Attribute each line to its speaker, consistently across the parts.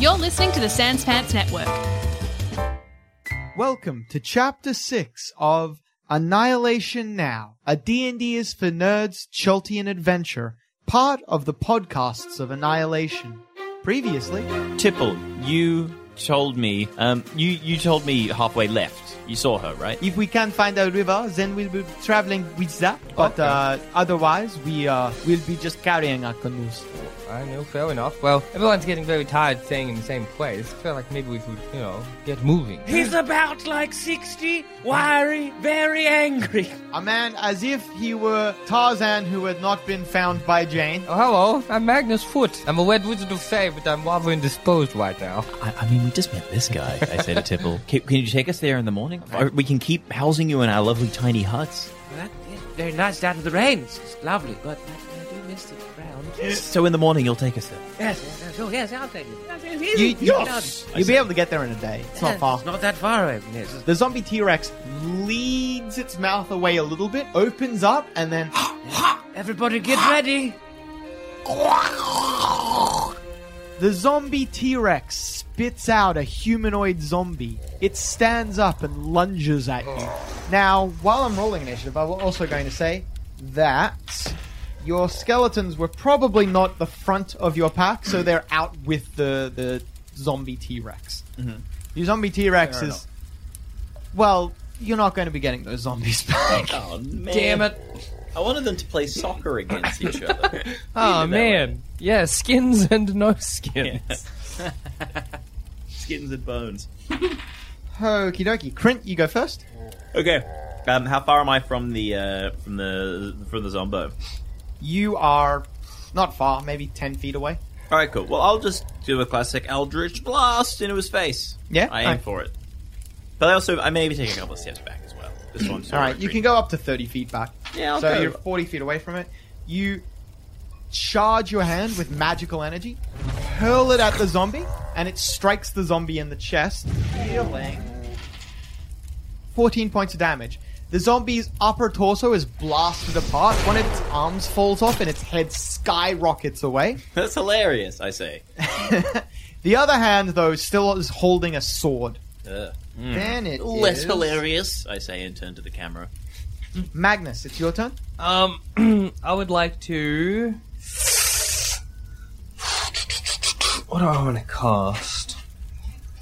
Speaker 1: You're listening to the Sans Pants Network.
Speaker 2: Welcome to Chapter 6 of Annihilation Now, a D&D is for Nerds Chultian Adventure, part of the podcasts of Annihilation. Previously,
Speaker 3: Tipple, you told me. Um, you you told me halfway left. You saw her, right?
Speaker 2: if we can find a river, then we'll be traveling with that, but
Speaker 3: Okay.
Speaker 2: uh, otherwise we uh, will be just carrying our canoes.
Speaker 4: I know, fair enough. Well, everyone's getting very tired staying in the same place. feel like maybe we should, you know, get moving.
Speaker 5: He's about like 60, wiry, very angry.
Speaker 2: A man as if he were Tarzan who had not been found by Jane.
Speaker 4: Oh, hello, I'm Magnus Foot. I'm a Red Wizard of Fae, but I'm rather indisposed right now.
Speaker 3: I, I mean, we just met this guy. I said to Tipple, can, can you take us there in the morning? Or We can keep housing you in our lovely tiny huts.
Speaker 5: That is very nice down in the rain. It's just lovely, but I, I do miss the ground. Yes,
Speaker 3: So in the morning, you'll take us there.
Speaker 5: yes, yes, oh, yes, I'll take it. Yes, it's
Speaker 2: You,
Speaker 5: easy.
Speaker 2: you,
Speaker 5: Yes,
Speaker 2: you'll be able to get there in a day. It's not far.
Speaker 5: It's not that far away. Yes.
Speaker 2: The zombie T Rex leads its mouth away a little bit, opens up, and then
Speaker 5: Everybody get ready.
Speaker 2: the zombie T Rex spits out a humanoid zombie. It stands up and lunges at you. Now, while I'm rolling initiative, I'm also going to say that your skeletons were probably not the front of your pack, so they're out with the, the zombie T Rex. Your zombie T Rex is. Well, you're not going to be getting those zombies back.
Speaker 3: Oh man!
Speaker 4: Damn it.
Speaker 3: I wanted them to play soccer against each other.
Speaker 4: Oh,
Speaker 3: Leave it that way.
Speaker 4: man. Yeah, skins and no skins.
Speaker 3: Skins and bones.
Speaker 2: Okie dokie. Crint, you go first.
Speaker 3: Okay. Um, how far am I from the uh, from the from the zombo?
Speaker 2: You are not far, maybe 10 feet away.
Speaker 3: All right, cool. Well, I'll just do a classic Eldritch blast into his face.
Speaker 2: Yeah,
Speaker 3: I aim
Speaker 2: alright.
Speaker 3: for it. But I also I maybe take a couple of steps back as well. This one's
Speaker 2: All right, you can go up to 30 feet back.
Speaker 3: Yeah, I'll
Speaker 2: so
Speaker 3: go.
Speaker 2: you're 40 feet away from it. You charge your hand with magical energy, hurl it at the zombie, and it strikes the zombie in the chest, dealing 14 points of damage. The zombie's upper torso is blasted apart, one of its arms falls off, and its head skyrockets away.
Speaker 3: That's hilarious. I say.
Speaker 2: The other hand, though, still is holding a sword.
Speaker 3: Ugh.
Speaker 2: Then it
Speaker 3: Hmm. Less
Speaker 2: is-
Speaker 3: hilarious, I say, and turn to the camera.
Speaker 2: Magnus, it's your turn.
Speaker 4: Um, I would like to. What do I want to cast?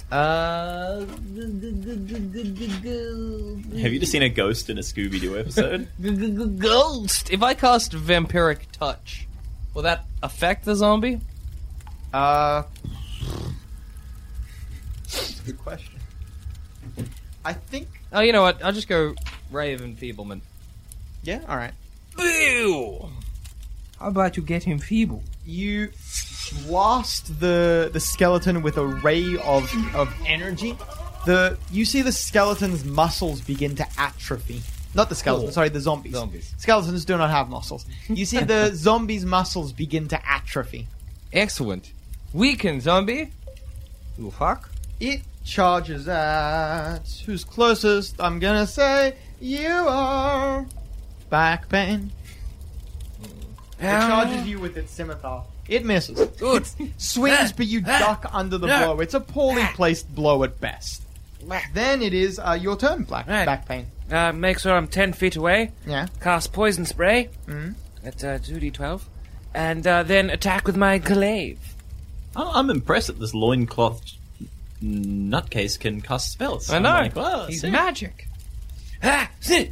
Speaker 4: Uh,
Speaker 3: Have you just seen a ghost in a Scooby Doo episode?
Speaker 4: ghost. If I cast vampiric touch, will that affect the zombie?
Speaker 2: Uh, that's a good question. I think.
Speaker 4: Oh, you know what? I'll just go ray of enfeeblement.
Speaker 2: Yeah. All right.
Speaker 4: Ew. How about you get him feeble?
Speaker 2: You blast the the skeleton with a ray of of energy. The you see the skeleton's muscles begin to atrophy. Not the skeleton.
Speaker 4: Cool.
Speaker 2: Sorry, the zombies.
Speaker 4: Zombies.
Speaker 2: Skeletons do not have muscles. You see the zombies' muscles begin to atrophy.
Speaker 4: Excellent. Weaken zombie. You fuck.
Speaker 2: It charges at who's closest. I'm gonna say you are. Back pain. It charges you with its scimitar. Ah. It misses.
Speaker 5: Good.
Speaker 2: Swings, but you duck under the
Speaker 5: Ah.
Speaker 2: blow. It's a poorly placed blow at best. Then it is uh, your turn, Black
Speaker 5: Right.
Speaker 2: Back Pain.
Speaker 5: Uh, make sure I'm 10 feet away.
Speaker 2: Yeah.
Speaker 5: Cast poison spray. at uh, 2d12, and uh, then attack with my glaive.
Speaker 3: I- I'm impressed that this loincloth nutcase can cast spells.
Speaker 4: I
Speaker 3: I'm
Speaker 4: know.
Speaker 3: like, wow,
Speaker 4: He's
Speaker 3: sick.
Speaker 4: magic.
Speaker 5: Ah, sit.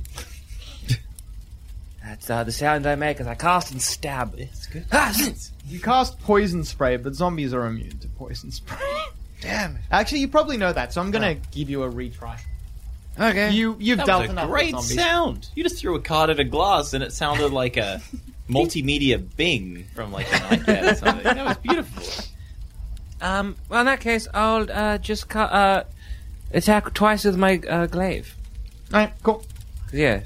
Speaker 5: That's uh, the sound I make as I cast and stab.
Speaker 3: It's good.
Speaker 5: Ah, sit.
Speaker 2: You cast poison spray, but zombies are immune to poison spray.
Speaker 5: Damn it.
Speaker 2: Actually, you probably know that, so I'm gonna give you a retry.
Speaker 5: Okay.
Speaker 2: You you've
Speaker 3: That
Speaker 2: dealt
Speaker 3: was a
Speaker 2: enough with
Speaker 3: great
Speaker 2: zombies.
Speaker 3: sound. You just threw a card at a glass, and it sounded like a multimedia Bing from like an iPad or something. That was beautiful.
Speaker 5: Um. Well, in that case, I'll uh, just ca- uh, attack twice with my uh, glaive.
Speaker 2: Alright, cool.
Speaker 5: Yeah,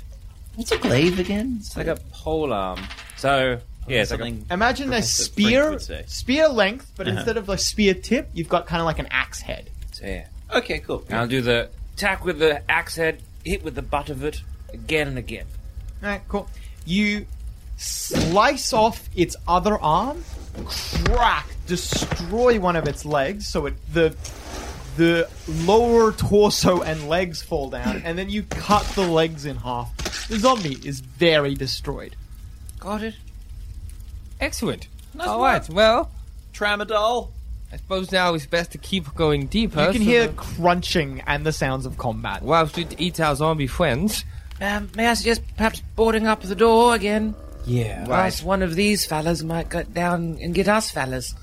Speaker 3: What's a glaive again? It's
Speaker 5: it's like a pole arm. So yeah, it's like a,
Speaker 3: something.
Speaker 2: Imagine a
Speaker 3: Professor Brink
Speaker 2: spear
Speaker 3: would say.
Speaker 2: spear length, but
Speaker 3: Uh-huh.
Speaker 2: instead of a spear tip, you've got kind of like an axe head.
Speaker 5: so, yeah.
Speaker 3: Okay, cool.
Speaker 5: And I'll do the attack with the axe head, hit with the butt of it again and again.
Speaker 2: Alright, cool. You slice off its other arm, crack, destroy one of its legs, so it the the lower torso and legs fall down, and then you cut the legs in half. The zombie is very destroyed.
Speaker 5: Got it.
Speaker 4: Excellent.
Speaker 3: Nice
Speaker 4: All right. Well,
Speaker 3: Tramadol.
Speaker 4: I suppose now it's best to keep going deeper.
Speaker 2: You can
Speaker 4: so
Speaker 2: hear
Speaker 4: that-
Speaker 2: crunching and the sounds of combat.
Speaker 4: whilst we eat our zombie friends.
Speaker 5: Um, may I suggest perhaps boarding up the door again?
Speaker 3: Yeah.
Speaker 5: Whilst one of these fellas might get down and get us fellas.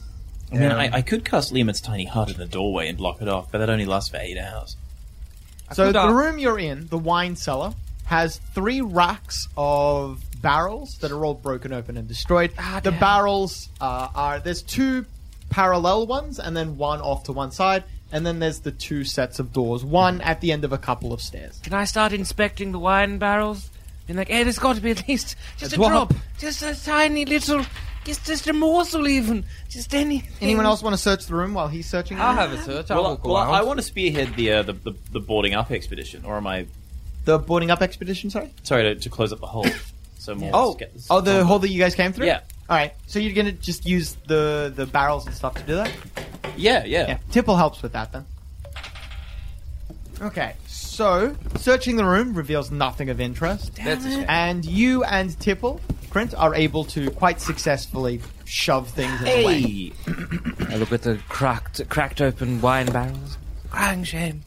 Speaker 3: I mean, I, I could cast Lima's tiny heart in the doorway and block it off, but that only lasts for eight hours.
Speaker 2: So
Speaker 4: could
Speaker 2: the
Speaker 4: ask-
Speaker 2: room you're in, the wine cellar, has three racks of barrels that are all broken open and destroyed.
Speaker 5: Ah,
Speaker 2: the
Speaker 5: damn.
Speaker 2: barrels uh, are there's two parallel ones and then one off to one side, and then there's the two sets of doors, one at the end of a couple of stairs.
Speaker 5: Can I start inspecting the wine barrels? Being like, hey, there's got to be at least just a,
Speaker 4: drop.
Speaker 5: drop, just a tiny little, just just a morsel even, just any.
Speaker 2: Anyone else want to search the room while he's searching? the
Speaker 4: I'll
Speaker 5: Ah.
Speaker 2: room?
Speaker 4: have a search. I'll
Speaker 3: Well,
Speaker 4: walk
Speaker 3: I- well,
Speaker 4: around.
Speaker 3: I want to spearhead the, uh, the, the the boarding up expedition, or am I
Speaker 2: The boarding up expedition, sorry.
Speaker 3: sorry to, to close up the hole? So more. get this-
Speaker 2: oh, the hole that you guys came through.
Speaker 3: Yeah.
Speaker 2: All right. So you're gonna just use the the barrels and stuff to do that.
Speaker 3: yeah, yeah,
Speaker 2: Yeah, Tipple helps with that then. Okay, so searching the room reveals nothing of interest,
Speaker 4: That's a shame.
Speaker 2: and you and Tipple, Print, are able to quite successfully shove things in the way.
Speaker 3: Hey,
Speaker 5: I look at the cracked, cracked open wine barrels. Crying shame,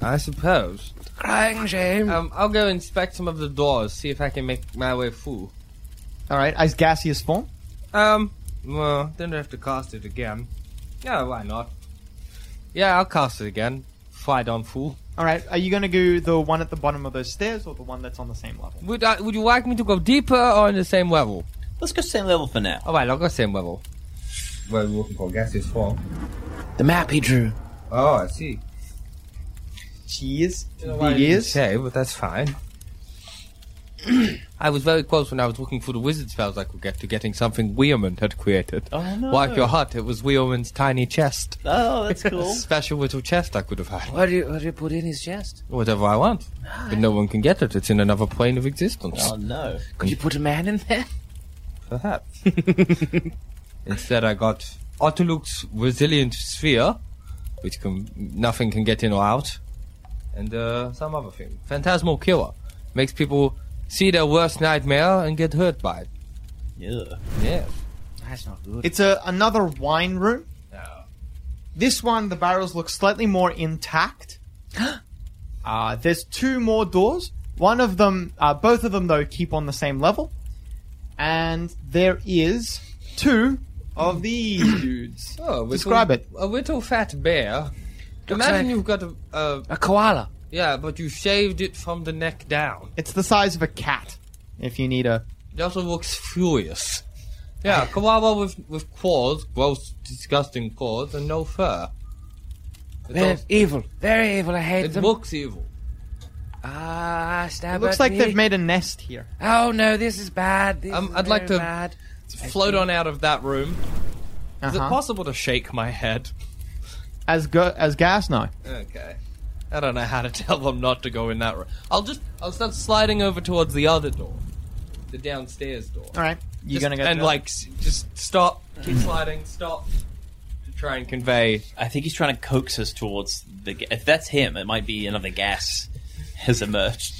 Speaker 4: I suppose.
Speaker 5: crying shame.
Speaker 4: Um, I'll go inspect some of the doors, see if I can make my way through.
Speaker 2: All right, as gaseous form.
Speaker 4: Um, well, then I have to cast it again. Yeah, why not? Yeah, I'll cast it again. Fight on fool.
Speaker 2: All right, are you going to go the one at the bottom of those stairs or the one that's on the same level?
Speaker 4: Would I, Would you like me to go deeper or in the same level?
Speaker 3: let's go same level for now.
Speaker 4: All right, I'll go same level. Well, you're looking for gaseous form.
Speaker 5: the map he drew.
Speaker 4: Oh, I see.
Speaker 2: Cheers.
Speaker 4: Yes.
Speaker 2: Cheers.
Speaker 4: Okay, but that's fine. I was very close when I was looking for the wizard spells I could get to getting something Weirman had created.
Speaker 3: Oh, no.
Speaker 4: Like your hut, it was Weirman's tiny chest.
Speaker 3: Oh, that's
Speaker 4: A
Speaker 3: cool.
Speaker 4: special little chest I could have had.
Speaker 5: What do you, what do you put in his chest?
Speaker 4: Whatever I want. But no one can get it. It's in another plane of existence.
Speaker 3: oh no.
Speaker 5: Could you put a man in there?
Speaker 4: Perhaps. Instead, I got Otoluk's resilient sphere, which can nothing can get in or out, and uh, some other thing. Phantasmal killer makes people see their worst nightmare and get hurt by it.
Speaker 3: Yeah.
Speaker 4: Yeah.
Speaker 5: That's not good.
Speaker 2: It's a, another wine room. This one, the barrels look slightly more intact. uh, there's two more doors. One of them, uh, both of them though, keep on the same level. And there is two of these dudes.
Speaker 4: Oh, a little-
Speaker 2: Describe it.
Speaker 4: A little fat bear.
Speaker 5: Looks
Speaker 4: Imagine
Speaker 5: like-
Speaker 4: you've got a, a
Speaker 5: a koala.
Speaker 4: yeah, but you shaved it from the neck down.
Speaker 2: It's the size of a cat. If you need a,
Speaker 4: It also looks furious. Yeah, koala with with claws, gross, disgusting claws, and no fur. It
Speaker 5: They're
Speaker 4: also-
Speaker 5: evil, very evil. I hate
Speaker 4: It
Speaker 5: them.
Speaker 4: looks evil.
Speaker 5: ah, stab
Speaker 2: it looks
Speaker 5: at
Speaker 2: like
Speaker 5: me.
Speaker 2: they've made a nest here.
Speaker 5: Oh no, this is bad. This
Speaker 4: Um,
Speaker 5: is
Speaker 4: I'd like
Speaker 5: very
Speaker 4: to-
Speaker 5: bad.
Speaker 4: Float on out of that room. Is it
Speaker 2: Uh-huh.
Speaker 4: possible to shake my head?
Speaker 2: As go- as gas, no.
Speaker 4: Okay. I don't know how to tell them not to go in that room. I'll just I'll start sliding over towards the other door, the downstairs door.
Speaker 2: All right, you're
Speaker 4: Just-
Speaker 2: gonna go
Speaker 4: and
Speaker 2: through
Speaker 4: like s- just stop, keep sliding, stop to try and convey.
Speaker 3: I think he's trying to coax us towards the. Ga- if that's him, it might be another gas has emerged.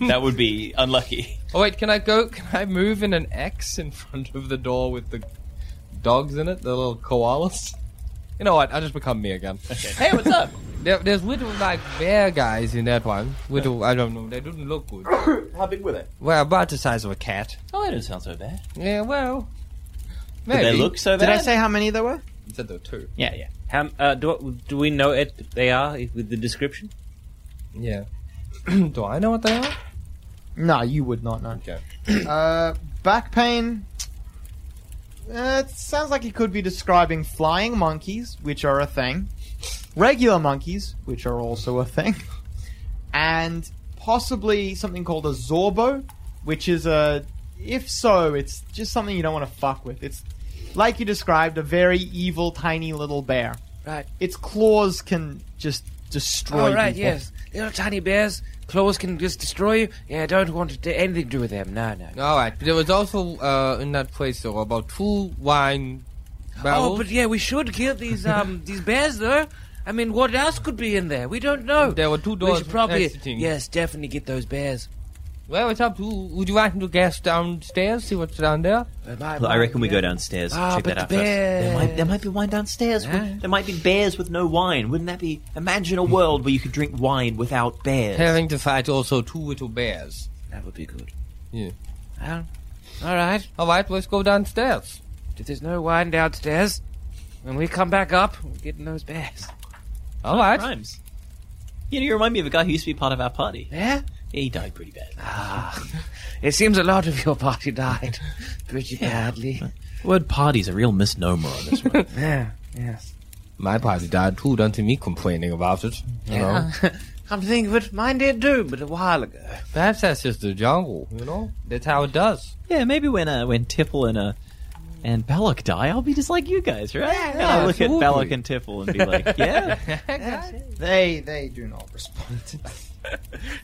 Speaker 3: that would be unlucky.
Speaker 4: Oh wait, can I go? Can I move in an X in front of the door with the dogs in it, the little koalas? You know what? I just become me again.
Speaker 3: Hey, what's up?
Speaker 4: There, there's little like bear guys in that one. Little, I don't know. They didn't look good.
Speaker 3: How big were they?
Speaker 4: Well, about the size of a cat.
Speaker 3: Oh, they didn't sound so bad.
Speaker 4: Yeah, well,
Speaker 3: Did
Speaker 4: maybe.
Speaker 3: they look so bad?
Speaker 2: Did I say how many there were?
Speaker 4: You said there were two.
Speaker 3: Yeah, yeah.
Speaker 5: How, uh, do, do we know it? They are with the description.
Speaker 4: Yeah. Do I know what they are?
Speaker 2: No, you would not know.
Speaker 4: Okay.
Speaker 2: Uh, back pain. Uh, it sounds like he could be describing flying monkeys, which are a thing, regular monkeys, which are also a thing, and possibly something called a zorbo, which is a. If so, it's just something you don't want to fuck with. It's like you described, a very evil, tiny little bear.
Speaker 5: Right.
Speaker 2: Its claws can just destroy.
Speaker 5: All Oh, right.
Speaker 2: people.
Speaker 5: Yes. Little tiny bears. Claws can just destroy you. Yeah. I don't want to do anything to do with them. No. No.
Speaker 4: All right. There was also uh, in that place there were about two wine barrels.
Speaker 5: Oh, but yeah, we should kill these um these bears though. I mean, what else could be in there? We don't know.
Speaker 4: There were two
Speaker 5: We
Speaker 4: doors
Speaker 5: should probably
Speaker 4: exiting.
Speaker 5: yes, definitely get those bears.
Speaker 4: Well, it's up to. Would you like to guess downstairs? See what's down there.
Speaker 5: But my-
Speaker 3: I
Speaker 5: my-
Speaker 3: reckon we
Speaker 5: yeah.
Speaker 3: go downstairs.
Speaker 5: Ah,
Speaker 3: check
Speaker 5: but
Speaker 3: that out
Speaker 5: the
Speaker 3: first. There might, there
Speaker 5: bears.
Speaker 3: might be wine downstairs. with-
Speaker 5: Yeah.
Speaker 3: There might be bears with no wine. Wouldn't that be? Imagine a world where you could drink wine without bears.
Speaker 4: Having to fight also two little bears.
Speaker 5: That would be good.
Speaker 4: Yeah.
Speaker 5: Well, all right.
Speaker 4: All right, let's go downstairs.
Speaker 5: If there's no wine downstairs, when we come back up, we're getting those bears.
Speaker 4: All right.
Speaker 3: Rhymes. You know, you remind me of a guy who used to be part of our party.
Speaker 5: Yeah? Ah,
Speaker 3: He died pretty bad.
Speaker 5: It seems a lot of your party died pretty badly.
Speaker 3: The word party's a real misnomer on this one.
Speaker 5: Yeah, yes.
Speaker 4: My party died too. Don't see me complaining about it. You know.
Speaker 5: I'm thinking of it. Mine did too, but a while ago.
Speaker 4: Perhaps that's just the jungle. You know. That's how it does.
Speaker 3: yeah, maybe when uh, when Tipple and uh, and Balak die, I'll be just like you guys, right?
Speaker 4: Yeah,
Speaker 3: And
Speaker 4: yeah,
Speaker 3: I'll look
Speaker 4: absolutely.
Speaker 3: at Balak and Tipple and be like, yeah.
Speaker 2: They they do not respond. to that.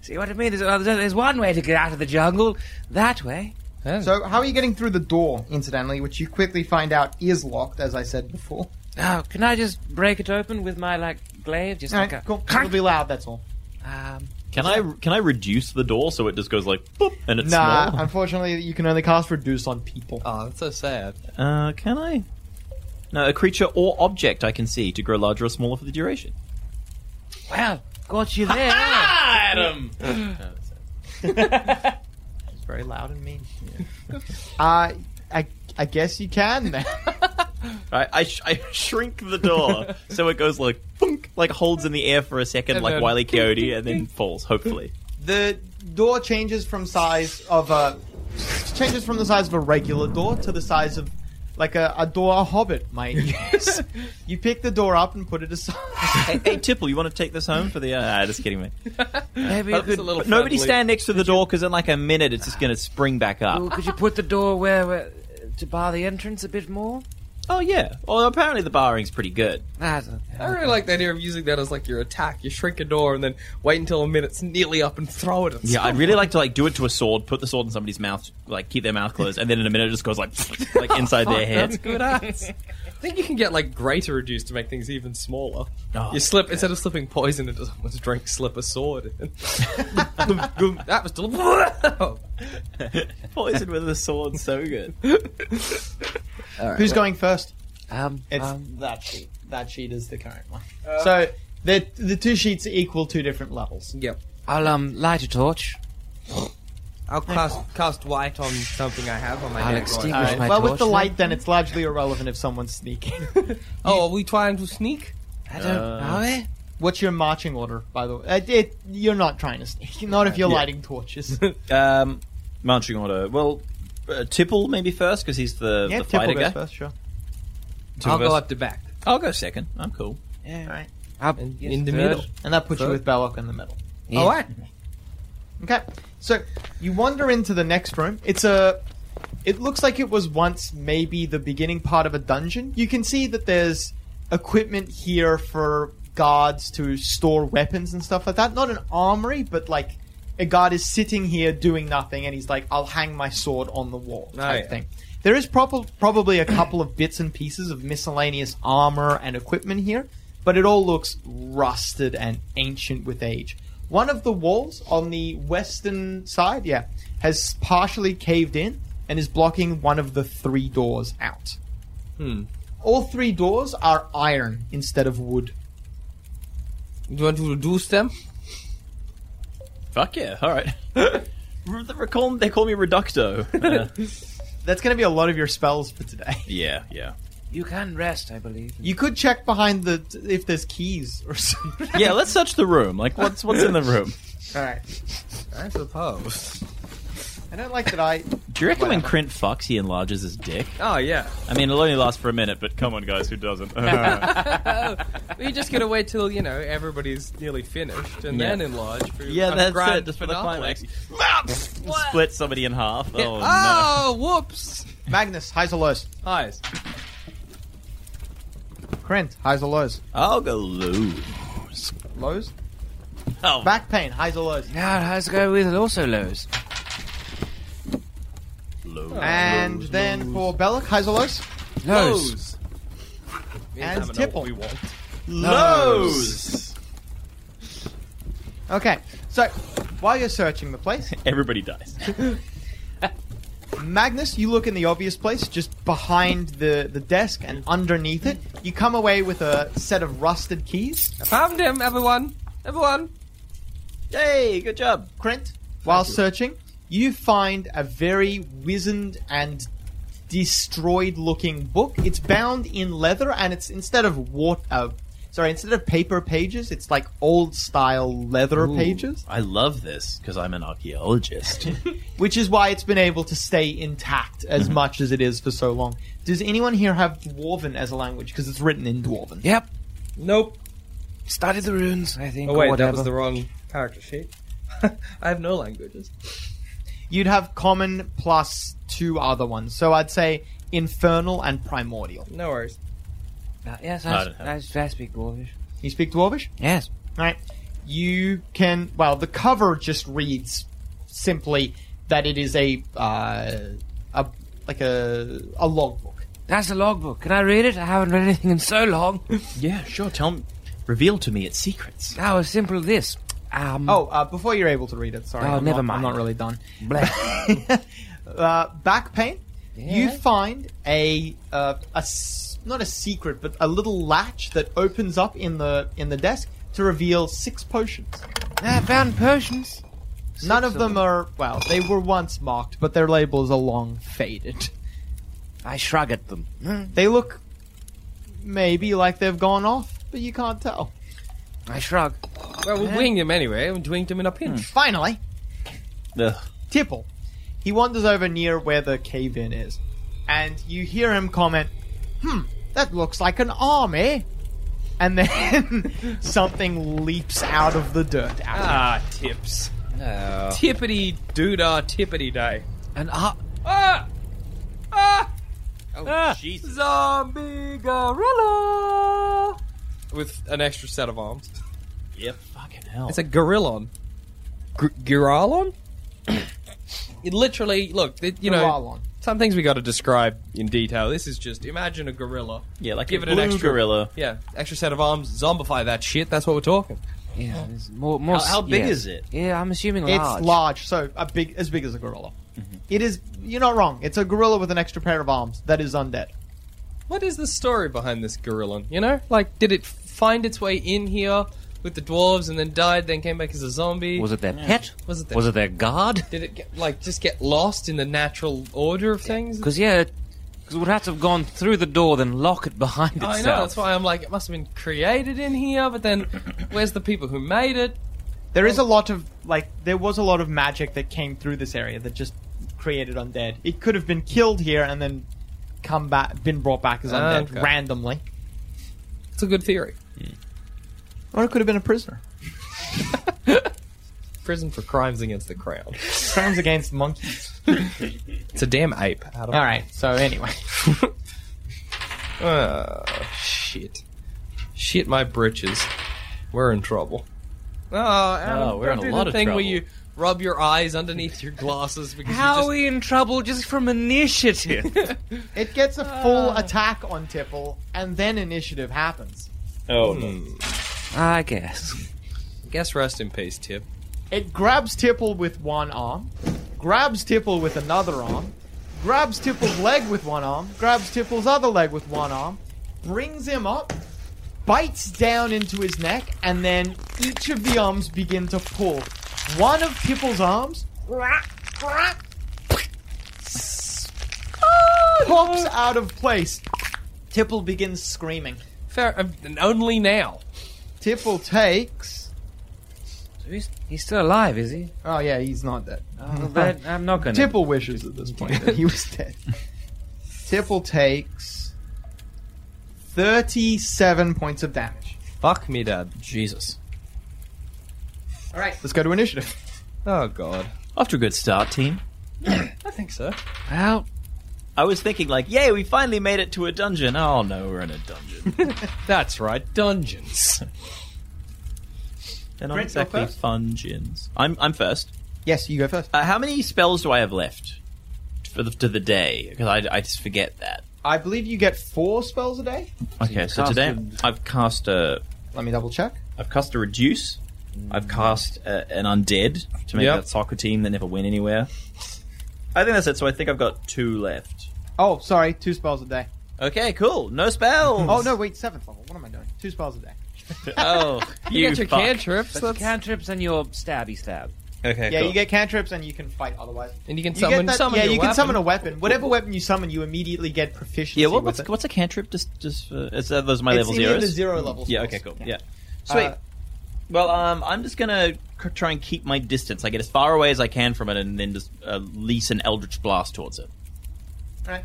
Speaker 5: See what I mean? There's, uh, there's one way to get out of the jungle. That way.
Speaker 4: Yeah.
Speaker 2: So, how are you getting through the door, incidentally, which you quickly find out is locked, as I said before?
Speaker 5: Oh, can I just break it open with my like glaive? Just like
Speaker 2: Alright,
Speaker 5: a
Speaker 2: cool. It'll be loud, that's all.
Speaker 5: Um,
Speaker 3: Can I can I reduce the door so it just goes like boop and it's
Speaker 2: Nah,
Speaker 3: small?
Speaker 2: unfortunately, you can only cast Reduce on people.
Speaker 4: Oh, that's so sad.
Speaker 3: Uh, can I? No, a creature or object I can see to grow larger or smaller for the duration.
Speaker 5: well, got you there.
Speaker 3: Adam. it's very loud and mean.
Speaker 2: Uh, I, I guess you can then.
Speaker 3: I, I, sh- I shrink the door so it goes like boonk, like holds in the air for a second,
Speaker 4: And
Speaker 3: like
Speaker 4: then-
Speaker 3: Wiley Coyote, and then falls. Hopefully,
Speaker 2: the door changes from size of a. changes from the size of a regular door to the size of. Like a, a door a hobbit might use. you pick the door up and put it aside.
Speaker 3: hey, hey Tipple, you want to take this home for the? Uh, ah, just kidding, mate.
Speaker 5: Maybe you could,
Speaker 3: But nobody stand next to the door because in like a minute it's just gonna spring back
Speaker 5: Well,
Speaker 3: up.
Speaker 5: could you put the door where, where to bar the entrance a bit more? Ah,
Speaker 3: Oh yeah. Well, apparently the barring's pretty good.
Speaker 5: That's okay.
Speaker 4: I really like the idea of using that as like your attack. You shrink a door and then wait until a minute's nearly up and throw it. At
Speaker 3: Yeah, I'd really like to like do it to a sword, put the sword in somebody's mouth, like keep their mouth closed, and then in a minute it just goes like like inside their
Speaker 4: That's
Speaker 3: head.
Speaker 4: good ass. I think you can get like greater reduced to make things even smaller.
Speaker 3: Oh,
Speaker 4: you slip instead of slipping poison into someone's drink, slip a sword. in. that was del-
Speaker 3: Poison with a sword, so good.
Speaker 2: Who's going first?
Speaker 5: Um,
Speaker 2: It's
Speaker 5: um,
Speaker 2: that sheet. That sheet is the current one. so the the two sheets equal two different levels.
Speaker 4: Yep.
Speaker 5: I'll um light a torch.
Speaker 4: I'll cast cast white on something I have on my
Speaker 5: I'll
Speaker 4: hand.
Speaker 5: extinguish
Speaker 4: right now.
Speaker 5: my
Speaker 2: Uh, well,
Speaker 5: torch.
Speaker 2: with the
Speaker 5: then.
Speaker 2: light, then it's largely irrelevant if someone's sneaking.
Speaker 4: Oh, are we trying to sneak?
Speaker 5: I don't
Speaker 4: uh,
Speaker 5: know. Eh?
Speaker 2: What's your marching order, by the way? Uh, it, you're not trying to sneak. Not if you're lighting torches.
Speaker 3: Um, marching order. Well, uh, Tipple maybe first because he's the, the fighter
Speaker 2: Tipple goes
Speaker 3: guy.
Speaker 2: first, sure.
Speaker 3: Two
Speaker 4: I'll
Speaker 3: of us.
Speaker 4: go up the back.
Speaker 3: I'll go second. I'm cool.
Speaker 5: Yeah.
Speaker 2: Alright.
Speaker 5: Up
Speaker 4: In-
Speaker 5: yes,
Speaker 4: in the
Speaker 5: third.
Speaker 4: middle.
Speaker 2: And that puts you
Speaker 4: Third.
Speaker 2: with Balok in the middle.
Speaker 5: Yeah.
Speaker 4: All right.
Speaker 2: Okay, so you wander into the next room. It's a. It looks like it was once maybe the beginning part of a dungeon. You can see that there's equipment here for guards to store weapons and stuff like that. Not an armory, but like a guard is sitting here doing nothing and he's like, I'll hang my sword on the wall type
Speaker 4: yeah.
Speaker 2: thing. There is prob- probably a couple of bits and pieces of miscellaneous armor and equipment here, but it all looks rusted and ancient with age. One of the walls on the western side, yeah, has partially caved in and is blocking one of the three doors out. Hmm. All three doors are iron instead of wood.
Speaker 4: Do you want to reduce them?
Speaker 3: Fuck yeah! All right. R- they call- they call me Reducto. Uh,
Speaker 2: That's going to be a lot of your spells for today.
Speaker 3: yeah, yeah,
Speaker 5: You can rest, I believe.
Speaker 2: You could check behind the if there's keys or something.
Speaker 3: yeah. Let's search the room. Like, what's what's in the room?
Speaker 2: All right.
Speaker 4: I suppose.
Speaker 2: I don't like that I.
Speaker 3: Do you reckon when Krint fucks, he enlarges his dick?
Speaker 4: Oh yeah.
Speaker 3: I mean, it'll only last for a minute, but come on, guys, who doesn't?
Speaker 4: Well, you just gotta wait till you know everybody's nearly finished, and
Speaker 3: Yeah.
Speaker 4: then enlarge. For
Speaker 3: yeah,
Speaker 4: a
Speaker 3: that's
Speaker 4: grand
Speaker 3: it. Just for the
Speaker 4: finale.
Speaker 3: climax, split somebody in half. Oh,
Speaker 4: Oh,
Speaker 3: no.
Speaker 4: whoops!
Speaker 2: Magnus, highs or lows?
Speaker 4: Eyes.
Speaker 2: Krent, highs or lows?
Speaker 3: I'll go low.
Speaker 2: Lows?
Speaker 3: Oh,
Speaker 2: Back pain, highs or lows?
Speaker 5: Now, how's it go with also lows?
Speaker 3: low.
Speaker 4: Uh,
Speaker 2: and then for Belloc, highs or lows?
Speaker 5: Lows.
Speaker 2: And
Speaker 4: Never know
Speaker 2: Tipple.
Speaker 4: what we want.
Speaker 3: Lows.
Speaker 2: Okay, so while you're searching the place,
Speaker 3: Everybody dies.
Speaker 2: Magnus, you look in the obvious place, just behind the, the desk and underneath it. You come away with a set of rusted keys.
Speaker 4: I found him, everyone. Everyone.
Speaker 3: Yay! Good job.
Speaker 2: Krent, while searching, you find a very wizened and destroyed looking book. It's bound in leather and it's instead of what uh, sorry, instead of paper pages, it's like old style leather pages,
Speaker 3: I love this because I'm an archaeologist.
Speaker 2: which is why it's been able to stay intact as much as it is for so long. Does anyone here have dwarven as a language because it's written in dwarven?
Speaker 5: Yep.
Speaker 4: Nope.
Speaker 5: Study the runes, I think.
Speaker 4: Oh wait,
Speaker 5: or
Speaker 4: that was
Speaker 5: whatever.
Speaker 4: the wrong character sheet. I have no languages.
Speaker 2: You'd have common plus two other ones. So I'd say infernal and primordial.
Speaker 4: No worries.
Speaker 5: Uh, yes,
Speaker 3: I
Speaker 5: I,
Speaker 3: don't have
Speaker 5: I, I speak dwarfish.
Speaker 2: You speak dwarvish?
Speaker 5: Yes.
Speaker 2: Right. You can. Well, the cover just reads simply that it is a uh, a like a a logbook.
Speaker 5: That's a logbook. Can I read it? I haven't read anything in so long.
Speaker 3: yeah, sure. Tell me, reveal to me its secrets.
Speaker 5: Now, as simple as this. Um,
Speaker 2: Oh, uh, before you're able to read it, sorry.
Speaker 5: Oh,
Speaker 2: I'm
Speaker 5: never
Speaker 2: not- I'm
Speaker 5: mind.
Speaker 2: not really done.
Speaker 5: bless.
Speaker 2: uh, back pain. You find a uh, a s- not a secret, but a little latch that opens up in the in the desk to reveal six potions.
Speaker 5: I found potions.
Speaker 2: None of them are well. They were once marked, but their labels are long faded.
Speaker 5: I shrug at them.
Speaker 2: They look maybe like they've gone off, but you can't tell.
Speaker 5: I shrug.
Speaker 4: Well, we'll wing him anyway. We'll wing him in a pinch.
Speaker 2: Finally,
Speaker 3: Ugh.
Speaker 2: Tipple. He wanders over near where the cave in is, and you hear him comment, Hmm, that looks like an army. And then something leaps out of the dirt. Out.
Speaker 4: Ah, tips. Tippity doodah tippity day.
Speaker 5: And uh,
Speaker 4: Ah! Ah!
Speaker 3: Oh, Jesus.
Speaker 4: Zombie gorilla! With an extra set of arms.
Speaker 3: Yep. Fucking hell.
Speaker 4: It's a gorillon. Gr- gorillon? it literally, look, it, you know,
Speaker 2: Gorillon.
Speaker 4: some things we got to describe in detail. This is just imagine a gorilla.
Speaker 3: yeah, like
Speaker 4: give
Speaker 3: a
Speaker 4: it an
Speaker 3: blue
Speaker 4: extra
Speaker 3: gorilla.
Speaker 4: Yeah, extra set of arms. Zombify that shit. That's what we're talking.
Speaker 5: yeah, there's more, more.
Speaker 3: How- how
Speaker 5: s-
Speaker 3: big
Speaker 5: yeah.
Speaker 3: is it?
Speaker 5: Yeah, I'm assuming
Speaker 2: It's
Speaker 5: large.
Speaker 2: large, so a big as big as a gorilla. It is. You're not wrong. It's a gorilla with an extra pair of arms that is undead.
Speaker 4: What is the story behind this gorillon? You know, like, did it find its way in here with the dwarves and then died, then came back as a zombie?
Speaker 5: Was it their pet?
Speaker 4: Was it? The,
Speaker 5: Was it their guard?
Speaker 4: Did it get, like just get lost in the natural order of things?
Speaker 5: Because yeah, because it would have to have gone through the door, then lock it behind itself.
Speaker 4: I know that's why I'm like it must have been created in here, but then where's the people who made it?
Speaker 2: There is a lot of like there was a lot of magic that came through this area that just created undead. It could have been killed here and then come back been brought back as undead
Speaker 4: Okay.
Speaker 2: randomly.
Speaker 4: It's a good theory.
Speaker 2: Or it could have been a prisoner.
Speaker 4: Prison for crimes against the crown.
Speaker 2: Crimes against monkeys.
Speaker 4: It's a damn ape. Adam.
Speaker 2: All right. So anyway,
Speaker 4: Uh, shit. Shit, my britches. We're in trouble. Oh, Adam,
Speaker 3: Oh, we're
Speaker 4: don't
Speaker 3: in a
Speaker 4: do
Speaker 3: lot
Speaker 4: the
Speaker 3: of
Speaker 4: thing
Speaker 3: trouble.
Speaker 4: where you rub your eyes underneath your glasses because
Speaker 5: How
Speaker 4: you
Speaker 5: are
Speaker 4: just
Speaker 5: we in trouble just from initiative?
Speaker 2: it gets a full attack on Tipple, and then initiative happens.
Speaker 3: Oh, no.
Speaker 5: I guess.
Speaker 4: Guess rest in peace, Tib.
Speaker 2: It grabs Tipple with one arm, grabs Tipple with another arm, grabs Tipple's leg with one arm, grabs Tipple's other leg with one arm, brings him up, bites down into his neck, and then each of the arms begin to pull. One of Tipple's arms pops out of place. Tipple begins screaming.
Speaker 4: Fair, um, and only now.
Speaker 2: Tipple takes.
Speaker 5: So he's, he's still alive, is he?
Speaker 2: Oh yeah, he's not dead.
Speaker 5: Oh, that, I'm not gonna.
Speaker 2: Tipple wishes at this point that he was dead. Tipple takes thirty-seven points of damage.
Speaker 4: Fuck me, Dad. Jesus.
Speaker 2: All right, let's go to initiative.
Speaker 4: Oh God.
Speaker 3: Off to a good start, team.
Speaker 4: I think so.
Speaker 5: Well,
Speaker 3: I was thinking, like, yay, we finally made it to a dungeon. Oh, no, we're in a dungeon.
Speaker 4: That's right. Dungeons.
Speaker 3: They're not
Speaker 2: Brent, you're
Speaker 3: exactly
Speaker 2: first?
Speaker 3: fun gins. I'm, I'm first.
Speaker 2: Yes, you go first.
Speaker 3: Uh, how many spells do I have left for the, to the day? Because I, I just forget that.
Speaker 2: I believe you get four spells a day.
Speaker 3: Okay, so
Speaker 5: cast
Speaker 3: today
Speaker 5: a-
Speaker 3: I've cast a
Speaker 2: Let me double check.
Speaker 3: I've cast a reduce. I've cast a, an undead to make
Speaker 4: Yep.
Speaker 3: that soccer team that never went anywhere. I think that's it. So I think I've got two left.
Speaker 2: Oh, sorry, two spells a day.
Speaker 3: Okay, cool. No spells.
Speaker 2: Oh no, wait, seventh level. What am I doing? Two spells a day.
Speaker 3: oh, you,
Speaker 4: get your
Speaker 3: fuck.
Speaker 4: cantrips.
Speaker 5: that's,
Speaker 4: that's-
Speaker 5: cantrips and your stabby stab.
Speaker 3: Okay,
Speaker 2: Yeah,
Speaker 3: cool.
Speaker 2: you get cantrips and you can fight otherwise.
Speaker 4: And you can
Speaker 2: You
Speaker 4: summon.
Speaker 2: get that-
Speaker 4: summon
Speaker 2: yeah,
Speaker 4: your
Speaker 2: you
Speaker 4: weapon.
Speaker 2: can summon a weapon. Whatever weapon you summon, you immediately get proficiency
Speaker 3: yeah. What,
Speaker 2: with
Speaker 3: what's
Speaker 2: it.
Speaker 3: what's a cantrip? Just just for, is that those are my
Speaker 2: It's
Speaker 3: level
Speaker 2: any of
Speaker 3: zeros?
Speaker 2: the zero level
Speaker 3: Yeah.
Speaker 2: spells.
Speaker 3: Okay. Cool.
Speaker 2: Yeah.
Speaker 3: Yeah. Sweet.
Speaker 2: Uh,
Speaker 3: well, um, I'm just gonna c- try and keep my distance. I get as far away as I can from it, and then just uh, lease an eldritch blast towards it.
Speaker 2: Right.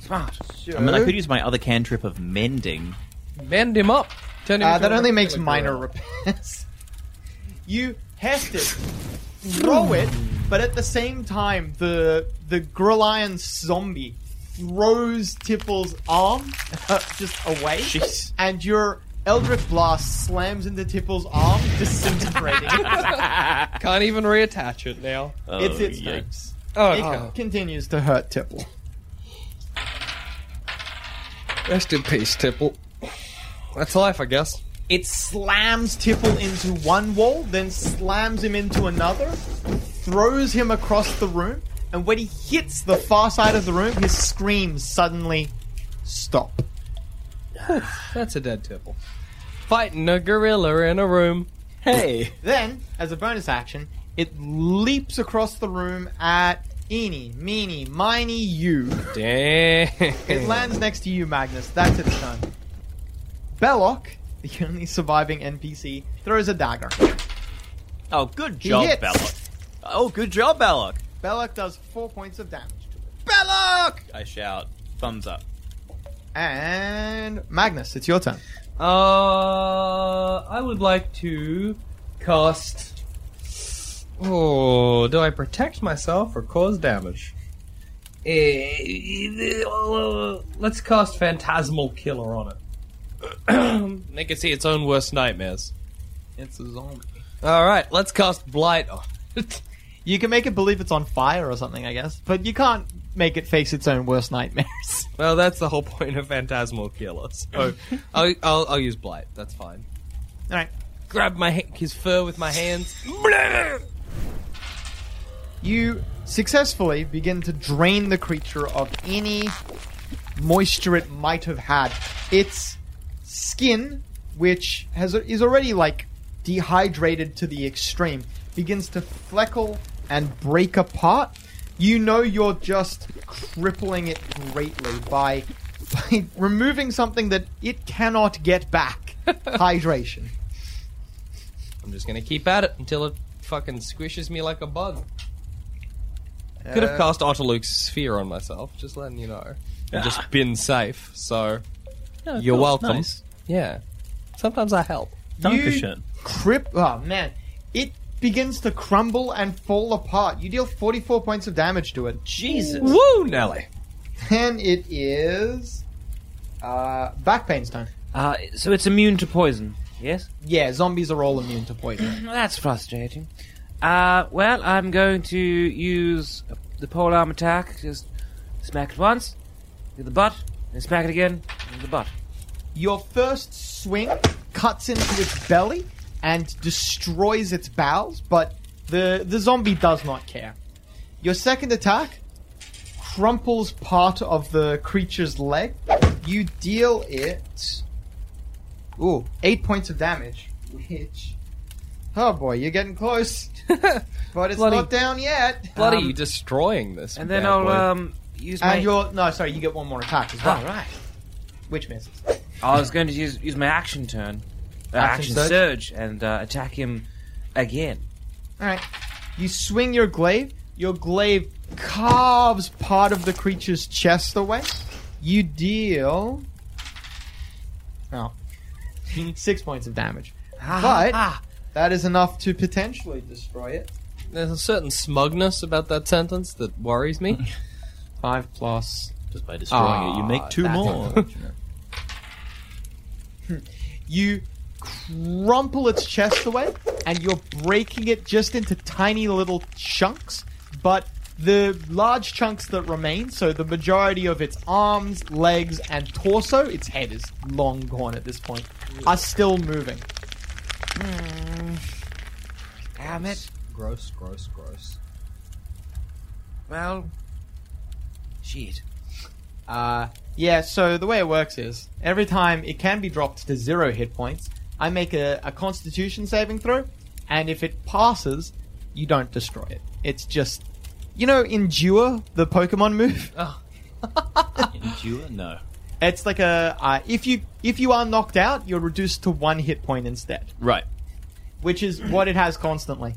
Speaker 5: Smart.
Speaker 3: I mean, I could use my other cantrip of mending.
Speaker 4: Bend him up. Turn him
Speaker 2: Uh,
Speaker 4: into
Speaker 2: that
Speaker 4: a
Speaker 2: only
Speaker 4: reptile
Speaker 2: makes
Speaker 4: gorilla.
Speaker 2: minor repairs. you heft it, throw it, but at the same time, the the Grillion zombie throws Tipple's arm just away,
Speaker 3: Jeez.
Speaker 2: and your Eldritch Blast slams into Tipple's arm, disintegrating.
Speaker 4: Can't even reattach it now.
Speaker 3: Oh,
Speaker 2: it's its turn.
Speaker 3: yikes.
Speaker 4: Oh,
Speaker 2: It continues to hurt Tipple.
Speaker 4: Rest in peace, Tipple. That's life, I guess.
Speaker 2: It slams Tipple into one wall, then slams him into another, throws him across the room, and when he hits the far side of the room, his screams suddenly stop.
Speaker 4: That's a dead Tipple. Fighting a gorilla in a room.
Speaker 3: Hey.
Speaker 2: Then, as a bonus action, it leaps across the room at Eeny, Meeny, Miny, You.
Speaker 4: Damn.
Speaker 2: It lands next to you, Magnus. That's its turn. Belloc, the only surviving NPC, throws a dagger.
Speaker 3: Oh, good
Speaker 2: He
Speaker 3: job,
Speaker 2: hits.
Speaker 3: Belloc. Oh, good job, Belloc.
Speaker 2: Belloc does four points of damage to it.
Speaker 3: Belloc! I shout. Thumbs up.
Speaker 2: And Magnus, it's your turn.
Speaker 4: Uh, I would like to cast. Oh, do I protect myself or cause damage? Eh, Let's cast Phantasmal Killer on it. Make it see its own worst nightmares.
Speaker 2: It's a zombie.
Speaker 4: Alright, let's cast Blight on it.
Speaker 2: You can make it believe it's on fire or something, I guess, but you can't make it face its own worst nightmares.
Speaker 4: Well, that's the whole point of Phantasmal Killer. So I'll, I'll, I'll use Blight, that's fine.
Speaker 2: All right.
Speaker 4: Grab my ha- his fur with my hands.
Speaker 2: You successfully begin to drain the creature of any moisture it might have had. Its skin, which has is already like dehydrated to the extreme, begins to fleckle and break apart. You know you're just crippling it greatly by by removing something that it cannot get back. Hydration.
Speaker 4: I'm just gonna keep at it until it fucking squishes me like a bug. Could have cast Otterluke's sphere on myself, just letting you know. And just been safe, so you're
Speaker 3: cool.
Speaker 4: welcome.
Speaker 3: Nice.
Speaker 4: Yeah. Sometimes I help.
Speaker 3: Dankeschön.
Speaker 2: Crip. Oh man, it begins to crumble and fall apart. You deal forty-four points of damage to it.
Speaker 3: Jesus.
Speaker 4: Woo, Nelly!
Speaker 2: Then it is uh, back pain's time.
Speaker 5: Uh, so it's immune to poison. Yes.
Speaker 2: Yeah, zombies are all immune to poison.
Speaker 5: Mm-hmm. Well, that's frustrating. Uh, well, I'm going to use the polearm attack. Just smack it once with the butt, and smack it again with the butt.
Speaker 2: Your first swing cuts into its belly and destroys its bowels, but the, the zombie does not care. Your second attack crumples part of the creature's leg. You deal it. Ooh, eight points of damage. Which. Oh boy, you're getting close. but it's
Speaker 4: Bloody-
Speaker 2: not down yet.
Speaker 4: Bloody
Speaker 5: Um,
Speaker 4: you destroying this.
Speaker 5: And then
Speaker 4: bad
Speaker 5: I'll
Speaker 4: boy.
Speaker 5: um, use my.
Speaker 2: And you're. No, sorry, you get one more attack as well.
Speaker 5: Ah, right.
Speaker 2: Which misses.
Speaker 5: I was going to use, use my action turn, uh,
Speaker 4: Action
Speaker 5: action,
Speaker 4: surge?
Speaker 5: surge, and uh, attack him again.
Speaker 2: Alright. You swing your glaive. Your glaive carves part of the creature's chest away. You deal. Oh. Six points of damage. But that is enough to potentially destroy it.
Speaker 4: There's a certain smugness about that sentence that worries me. Five plus.
Speaker 3: Just by destroying it, you make two more.
Speaker 2: You crumple its chest away, and you're breaking it just into tiny little chunks. But the large chunks that remain, so the majority of its arms, legs, and torso, its head is long gone at this point, are still moving.
Speaker 5: Hmm. Damn it.
Speaker 4: Gross, gross, gross.
Speaker 5: Well. Shit.
Speaker 2: Uh, yeah, so the way it works is every time it can be dropped to zero hit points, I make a, a constitution saving throw, and if it passes, you don't destroy it. It's just, you know, endure the Pokemon move.
Speaker 3: Endure? No.
Speaker 2: It's like a uh, if you if you are knocked out, you're reduced to one hit point instead,
Speaker 3: Right.
Speaker 2: which is what it has constantly.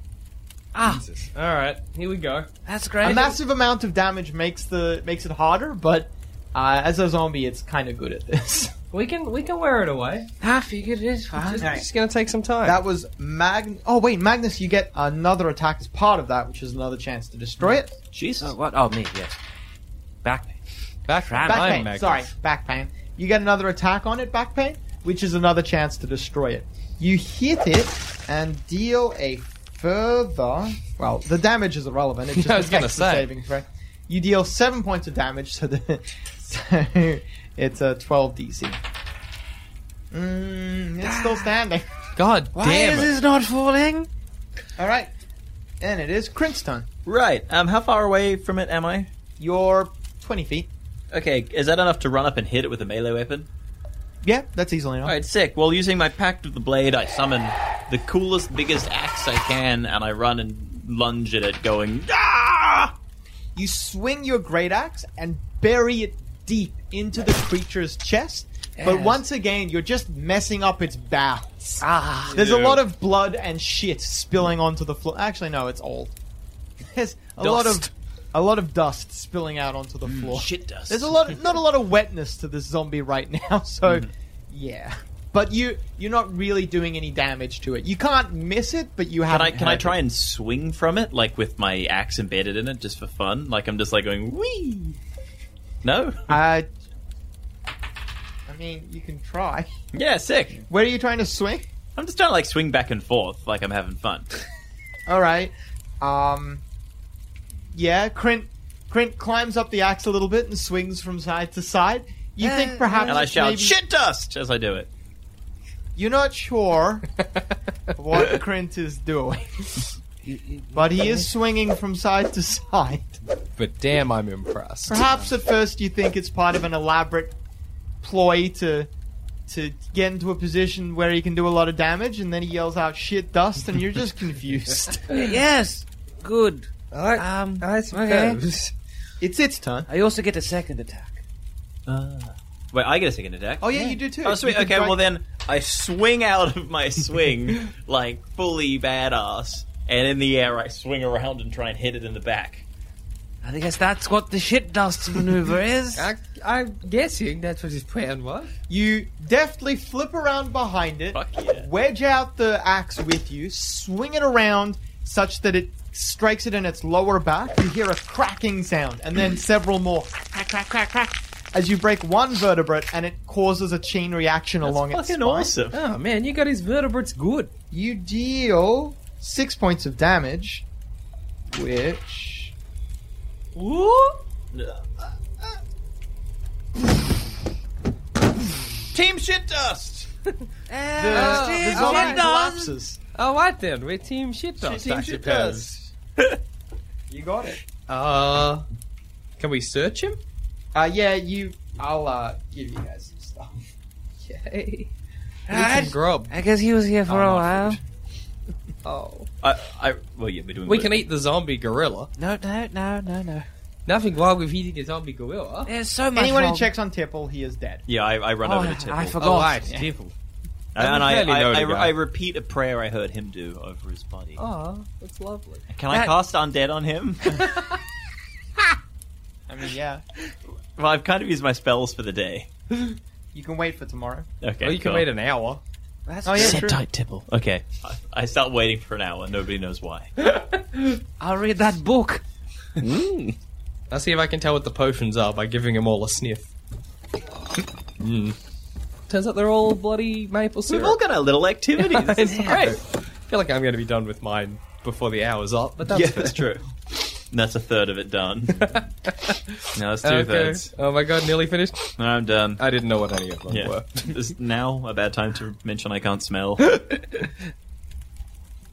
Speaker 4: Alright, here we go.
Speaker 5: That's great.
Speaker 2: A massive amount of damage makes the makes it harder, but uh, as a zombie, it's kind of good at this.
Speaker 4: We can we can wear it away.
Speaker 5: I figured it is fine.
Speaker 4: It's just gonna take some time.
Speaker 2: That was Mag. Oh wait, Magnus, you get another attack as part of that, which is another chance to destroy it.
Speaker 3: Jesus.
Speaker 5: Oh, what? Oh, me, yes.
Speaker 4: back
Speaker 5: Back me. Back
Speaker 2: Back
Speaker 4: I'm
Speaker 2: pain.
Speaker 4: Magnus.
Speaker 2: Sorry, back pain. You get another attack on it, back pain, which is another chance to destroy it. You hit it and deal a further. Well, the damage is irrelevant. It's just
Speaker 4: I was gonna
Speaker 2: affects the
Speaker 4: say.
Speaker 2: saving throw. You deal seven points of damage, so, the, so it's a twelve DC. Mm, it's still
Speaker 4: Ah.
Speaker 2: standing.
Speaker 4: God damn it.
Speaker 5: not falling?
Speaker 2: All right, and it is Crin's turn.
Speaker 3: Right. Um, how far away from it am I?
Speaker 2: You're twenty feet.
Speaker 3: Okay, is that enough to run up and hit it with a melee weapon?
Speaker 2: Yeah, that's easily enough.
Speaker 3: All right, sick. Well, using my Pact of the Blade, I summon the coolest, biggest axe I can, and I run and lunge at it, going ah!
Speaker 2: You swing your great axe and bury it deep into the creature's chest. But once again, you're just messing up its bowels.
Speaker 5: Ah.
Speaker 2: There's a
Speaker 3: Yeah.
Speaker 2: lot of blood and shit spilling onto the floor. Actually, no, it's old. There's a lot of
Speaker 3: Dust. Mm,
Speaker 2: a lot of dust spilling out onto the floor.
Speaker 3: Shit dust.
Speaker 2: There's a lot, not a lot of wetness to this zombie right now. So,
Speaker 3: Mm-hmm.
Speaker 2: yeah. But you you're not really doing any damage to it. You can't miss it, but you have.
Speaker 3: Can I can I try and swing from it, like with my axe embedded in it, just for fun? Like I'm just like going wee. No.
Speaker 2: Uh, I mean, you can try.
Speaker 3: Yeah, sick.
Speaker 2: Where are you trying to swing?
Speaker 3: I'm just trying to like swing back and forth, like I'm having fun.
Speaker 2: All right. Um. Yeah, Crint. Crint climbs up the axe a little bit and swings from side to side. You think perhaps
Speaker 3: Eh, And I
Speaker 2: it's
Speaker 3: shout
Speaker 2: maybe-
Speaker 3: shit dust as I do it.
Speaker 2: You're not sure what Crint is doing, but he is swinging from side to side.
Speaker 4: But damn I'm impressed.
Speaker 2: Perhaps at first you think it's part of an elaborate ploy to to get into a position where he can do a lot of damage, and then he yells out "shit dust," and you're just confused.
Speaker 5: Yes. Good.
Speaker 4: Alright.
Speaker 5: Um,
Speaker 4: I suppose.
Speaker 2: it's its turn.
Speaker 5: I also get a second attack.
Speaker 3: Wait, I get a second attack.
Speaker 2: Oh yeah, you do too.
Speaker 3: Oh, sweet.
Speaker 2: You can
Speaker 3: Okay,
Speaker 2: try-
Speaker 3: well then I swing out of my swing like fully badass, and in the air I swing around and try and hit it in the back.
Speaker 5: I guess that's what the shit dust maneuver is.
Speaker 4: I, I'm guessing that's what his plan was.
Speaker 2: You deftly flip around behind it,
Speaker 3: Fuck yeah.
Speaker 2: wedge out the axe with you, swing it around such that it strikes it in its lower back. You hear a cracking sound, and then several more crack, crack, crack, crack, crack, as you break one vertebrate, and it causes a chain reaction along its
Speaker 3: Fucking
Speaker 2: spine.
Speaker 3: awesome.
Speaker 4: Oh man, you got his vertebrates good.
Speaker 2: You deal six points of damage, which
Speaker 3: Team shit dust.
Speaker 2: The,
Speaker 4: Uh,
Speaker 2: Oh, Uh,
Speaker 4: Steve
Speaker 2: the zombie
Speaker 4: Jobs.
Speaker 2: collapses.
Speaker 4: Oh, what then? We're Team Shit Dogs,
Speaker 3: Team
Speaker 4: I
Speaker 3: Shit
Speaker 4: suppose.
Speaker 2: You got it.
Speaker 4: Uh, can we search him?
Speaker 2: Uh, yeah, you. I'll uh, give you guys some stuff.
Speaker 4: Yay.
Speaker 5: I,
Speaker 4: Some grub.
Speaker 5: I guess he was here for
Speaker 4: Oh,
Speaker 5: a
Speaker 4: no
Speaker 5: while.
Speaker 4: Oh.
Speaker 3: I, I, well, yeah, we're doing.
Speaker 4: We can eat the zombie gorilla.
Speaker 5: No, no, no, no, no.
Speaker 4: Nothing wrong with eating a zombie gorilla.
Speaker 5: There's so much.
Speaker 2: Anyone who
Speaker 5: wrong.
Speaker 2: checks on Tipple, he is dead.
Speaker 3: Yeah, I, I run
Speaker 5: Oh,
Speaker 3: over to Tipple.
Speaker 5: I forgot.
Speaker 4: Oh, right, devil.
Speaker 3: And I,
Speaker 4: barely
Speaker 3: I,
Speaker 4: know the
Speaker 3: I,
Speaker 4: guy.
Speaker 3: I repeat a prayer I heard him do over his body.
Speaker 4: Oh, that's lovely.
Speaker 3: Can
Speaker 5: that-
Speaker 3: I cast undead on him?
Speaker 2: I mean, yeah.
Speaker 3: well, I've kind of used my spells for the day.
Speaker 2: You can wait for tomorrow.
Speaker 3: Okay.
Speaker 4: Oh, you can
Speaker 3: cool.
Speaker 4: wait an hour.
Speaker 5: That's
Speaker 2: Oh, yeah,
Speaker 5: good.
Speaker 2: true.
Speaker 3: Tipple. Okay. I, I start waiting for an hour. Nobody knows why.
Speaker 5: I'll read that book.
Speaker 4: I'll see if I can tell what the potions are by giving them all a sniff. Hmm. Turns out they're all bloody maple syrup.
Speaker 3: We've all got our little activities.
Speaker 4: It's great. I feel like I'm going to be done with mine before the hour's up, but that's
Speaker 3: yeah,
Speaker 4: fair.
Speaker 3: that's true. And that's a third of it done. now it's two
Speaker 4: Okay.
Speaker 3: thirds.
Speaker 4: Oh my god, nearly finished.
Speaker 3: No, I'm done.
Speaker 4: I didn't know what any of them
Speaker 3: yeah.
Speaker 4: were.
Speaker 3: Is now a bad time to mention I can't smell?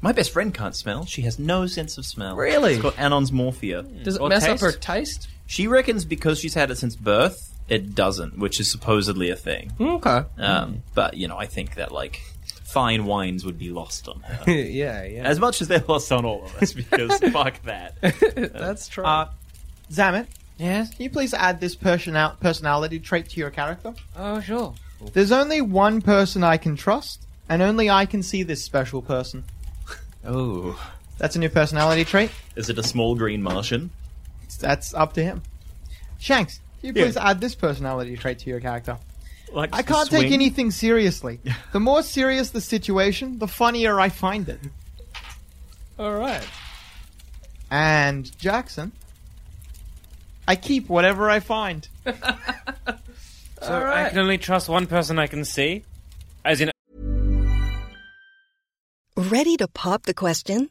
Speaker 3: My best friend can't smell. She has no sense of smell.
Speaker 4: Really?
Speaker 3: It's called Anon's morphia.
Speaker 4: Does it
Speaker 3: Hmm. Or
Speaker 4: mess
Speaker 3: taste?
Speaker 4: up her taste?
Speaker 3: She reckons because she's had it since birth, it doesn't, which is supposedly a thing.
Speaker 4: Okay.
Speaker 3: Um, but you know, I think that like fine wines would be lost on her,
Speaker 4: yeah, yeah.
Speaker 3: as much as they're lost on all of us. Because fuck that.
Speaker 4: That's true.
Speaker 2: Uh, Zamet,
Speaker 5: Yes.
Speaker 2: can you please add this personal- personality trait to your character?
Speaker 5: Oh, sure.
Speaker 2: There's only one person I can trust, and only I can see this special person.
Speaker 3: Oh,
Speaker 2: That's a new personality trait.
Speaker 3: is it a small green Martian?
Speaker 2: That's up to him. Shanks, can you
Speaker 3: Yeah.
Speaker 2: please add this personality trait to your character?
Speaker 3: Like
Speaker 2: I can't take anything seriously. The more serious the situation, the funnier I find it.
Speaker 4: all right.
Speaker 2: And Jackson, I keep whatever I find.
Speaker 5: So I can only trust one person I can see. As in,
Speaker 6: Ready to pop the question?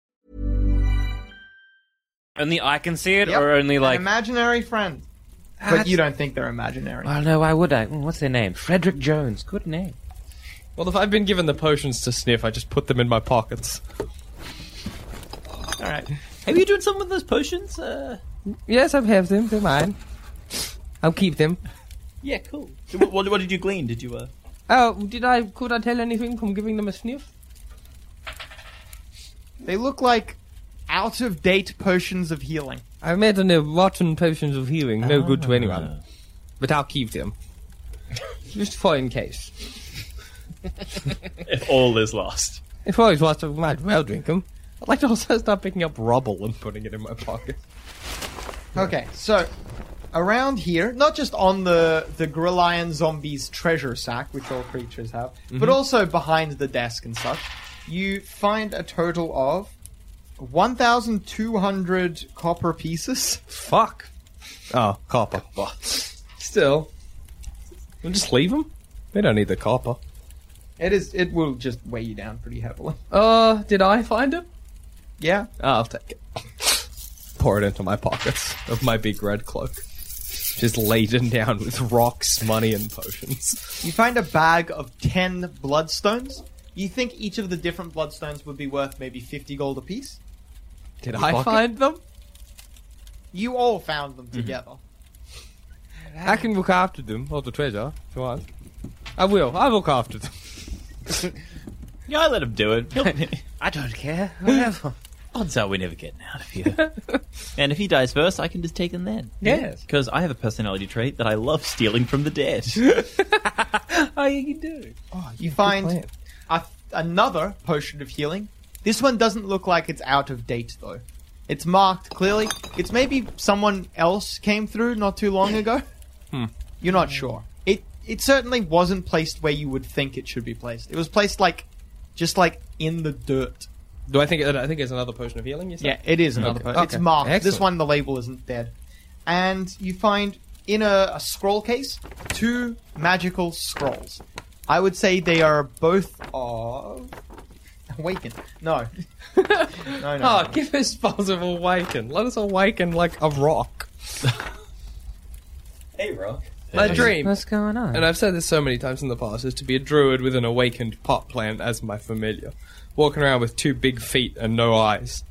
Speaker 5: only I can see it,
Speaker 2: Yep.
Speaker 5: or only
Speaker 2: An
Speaker 5: like.
Speaker 2: imaginary friend. But
Speaker 5: That's-
Speaker 2: you don't think they're imaginary.
Speaker 5: Well, no, why would I? Mm, What's their name? Frederick Jones. Good name.
Speaker 4: Well, if I've been given the potions to sniff, I just put them in my pockets.
Speaker 2: All right.
Speaker 3: Have you done some of those potions? Uh,
Speaker 4: Yes, I have them. They're mine. I'll keep them.
Speaker 3: yeah, cool. So what, what, what did you glean? Did you? Uh...
Speaker 4: Oh, did I? Could I tell anything from giving them a sniff?
Speaker 2: They look like out of date potions of healing.
Speaker 4: I made an uh, rotten potions of healing, no good to anyone. But I'll keep them, just for in case.
Speaker 3: If all is lost.
Speaker 4: If I was lost, I might well drink them. I'd like to also start picking up rubble and putting it in my pocket.
Speaker 2: Okay, so around here, not just on the the Grillion Zombies treasure sack, which all creatures have, but also behind the desk and such, you find a total of 1,200 copper pieces.
Speaker 4: Fuck. Oh, copper. Still, we'll just leave them. They don't need the copper.
Speaker 2: It is. It will just weigh you down pretty heavily.
Speaker 4: Uh, did I find them?
Speaker 2: Yeah.
Speaker 4: I'll take it. Pour it into my pockets of my big red cloak. Just laden down with rocks, money, and potions.
Speaker 2: You find a bag of 10 bloodstones. You think each of the different bloodstones would be worth maybe 50 gold apiece?
Speaker 4: Did I find them?
Speaker 2: You all found them together.
Speaker 4: I can look after them, or the treasure, if you want. I will. I'll look after them.
Speaker 3: Yeah, I let him do it. He'll-
Speaker 5: I don't care. Whatever.
Speaker 3: Odds are we never getting out of here. and if he dies first, I can just take him then.
Speaker 5: Yes.
Speaker 3: Because I have a personality trait that I love stealing from the dead.
Speaker 5: oh, yeah, you do.
Speaker 4: Ah,
Speaker 2: You find a, another potion of healing. This one doesn't look like it's out of date though. It's marked clearly. It's maybe someone else came through not too long ago. You're not sure. It it certainly wasn't placed where you would think it should be placed. It was placed like just like in the dirt.
Speaker 4: Do I think uh, I think it's another potion of healing? You said?
Speaker 2: Yeah, it is another
Speaker 4: Okay.
Speaker 2: potion. It's
Speaker 4: Okay.
Speaker 2: marked. This
Speaker 4: Excellent.
Speaker 2: one, the label isn't dead. And you find in a, a scroll case two magical scrolls. I would say they are both of awaken. No, no, no.
Speaker 4: Oh,
Speaker 2: no.
Speaker 4: give us spells of awaken. Let us awaken like a rock.
Speaker 3: hey, Rock.
Speaker 4: My dream,
Speaker 5: What's going on?
Speaker 4: and I've said this so many times in the past, is to be a druid with an awakened pot plant as my familiar, walking around with two big feet and no eyes.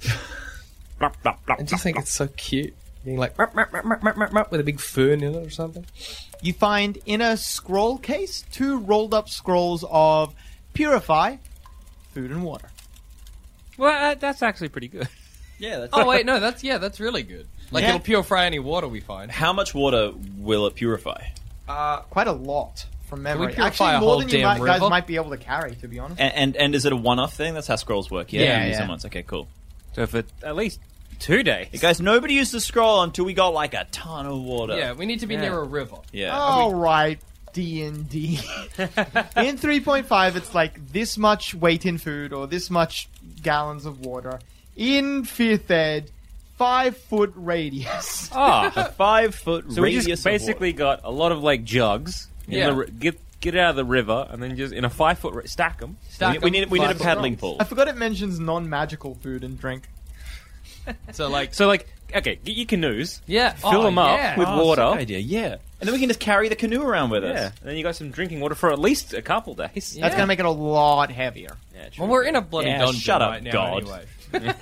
Speaker 4: I just think it's so cute, being like "Murp, murp, murp, murp, murp, murp, murp," with a big fern in it or something.
Speaker 2: You find in a scroll case two rolled up scrolls of purify food and water.
Speaker 5: well, uh, that's actually pretty good.
Speaker 3: Yeah, that's
Speaker 4: Oh wait, no, that's yeah, that's really good. Like
Speaker 2: Yeah.
Speaker 4: it'll purify any water we find.
Speaker 3: How much water will it purify?
Speaker 2: Uh, quite a lot from memory.
Speaker 4: purify
Speaker 2: Actually,
Speaker 4: a
Speaker 2: more
Speaker 4: whole
Speaker 2: than you
Speaker 4: damn
Speaker 2: might, guys
Speaker 4: river?
Speaker 2: might be able to carry. To be honest.
Speaker 3: And and, and is it a one off thing? That's how scrolls work. Yeah,
Speaker 4: Yeah,
Speaker 3: you use
Speaker 2: yeah.
Speaker 3: them once. Okay, cool.
Speaker 5: So for at least two days.
Speaker 3: Hey, guys, nobody used the scroll until we got like a ton of water.
Speaker 4: Yeah, Oh. we need to be
Speaker 5: Yeah.
Speaker 4: near a river.
Speaker 3: Yeah.
Speaker 2: All right, D and D. In three point five, it's like this much weight in food or this much gallons of water. In fifth ed, five foot radius.
Speaker 3: Oh.
Speaker 5: Ah,
Speaker 3: A five foot
Speaker 7: So we
Speaker 3: radius.
Speaker 7: just
Speaker 3: of water.
Speaker 7: basically got a lot of like jugs. in
Speaker 4: Yeah.
Speaker 7: the ri- get get it out of the river and then just in a five foot ri- stack them.
Speaker 3: We,
Speaker 4: Stack
Speaker 3: we need we need a
Speaker 4: five
Speaker 3: paddling
Speaker 4: scrolls.
Speaker 3: pool.
Speaker 2: I forgot it mentions non-magical food and drink.
Speaker 4: So like,
Speaker 7: So like, okay, get your canoes.
Speaker 4: yeah,
Speaker 7: Fill
Speaker 4: oh,
Speaker 7: them up
Speaker 4: yeah.
Speaker 7: with
Speaker 3: Oh,
Speaker 7: water.
Speaker 3: that's a good idea. Yeah, and then we can just carry the canoe around with
Speaker 7: Yeah.
Speaker 3: us.
Speaker 7: And then you got some drinking water for at least a couple days.
Speaker 2: That's
Speaker 4: Yeah.
Speaker 2: gonna make it a lot heavier.
Speaker 7: Yeah, true.
Speaker 4: Well, we're in a bloody
Speaker 3: Yeah,
Speaker 4: dungeon
Speaker 3: shut up,
Speaker 4: right now
Speaker 3: God.
Speaker 4: anyway.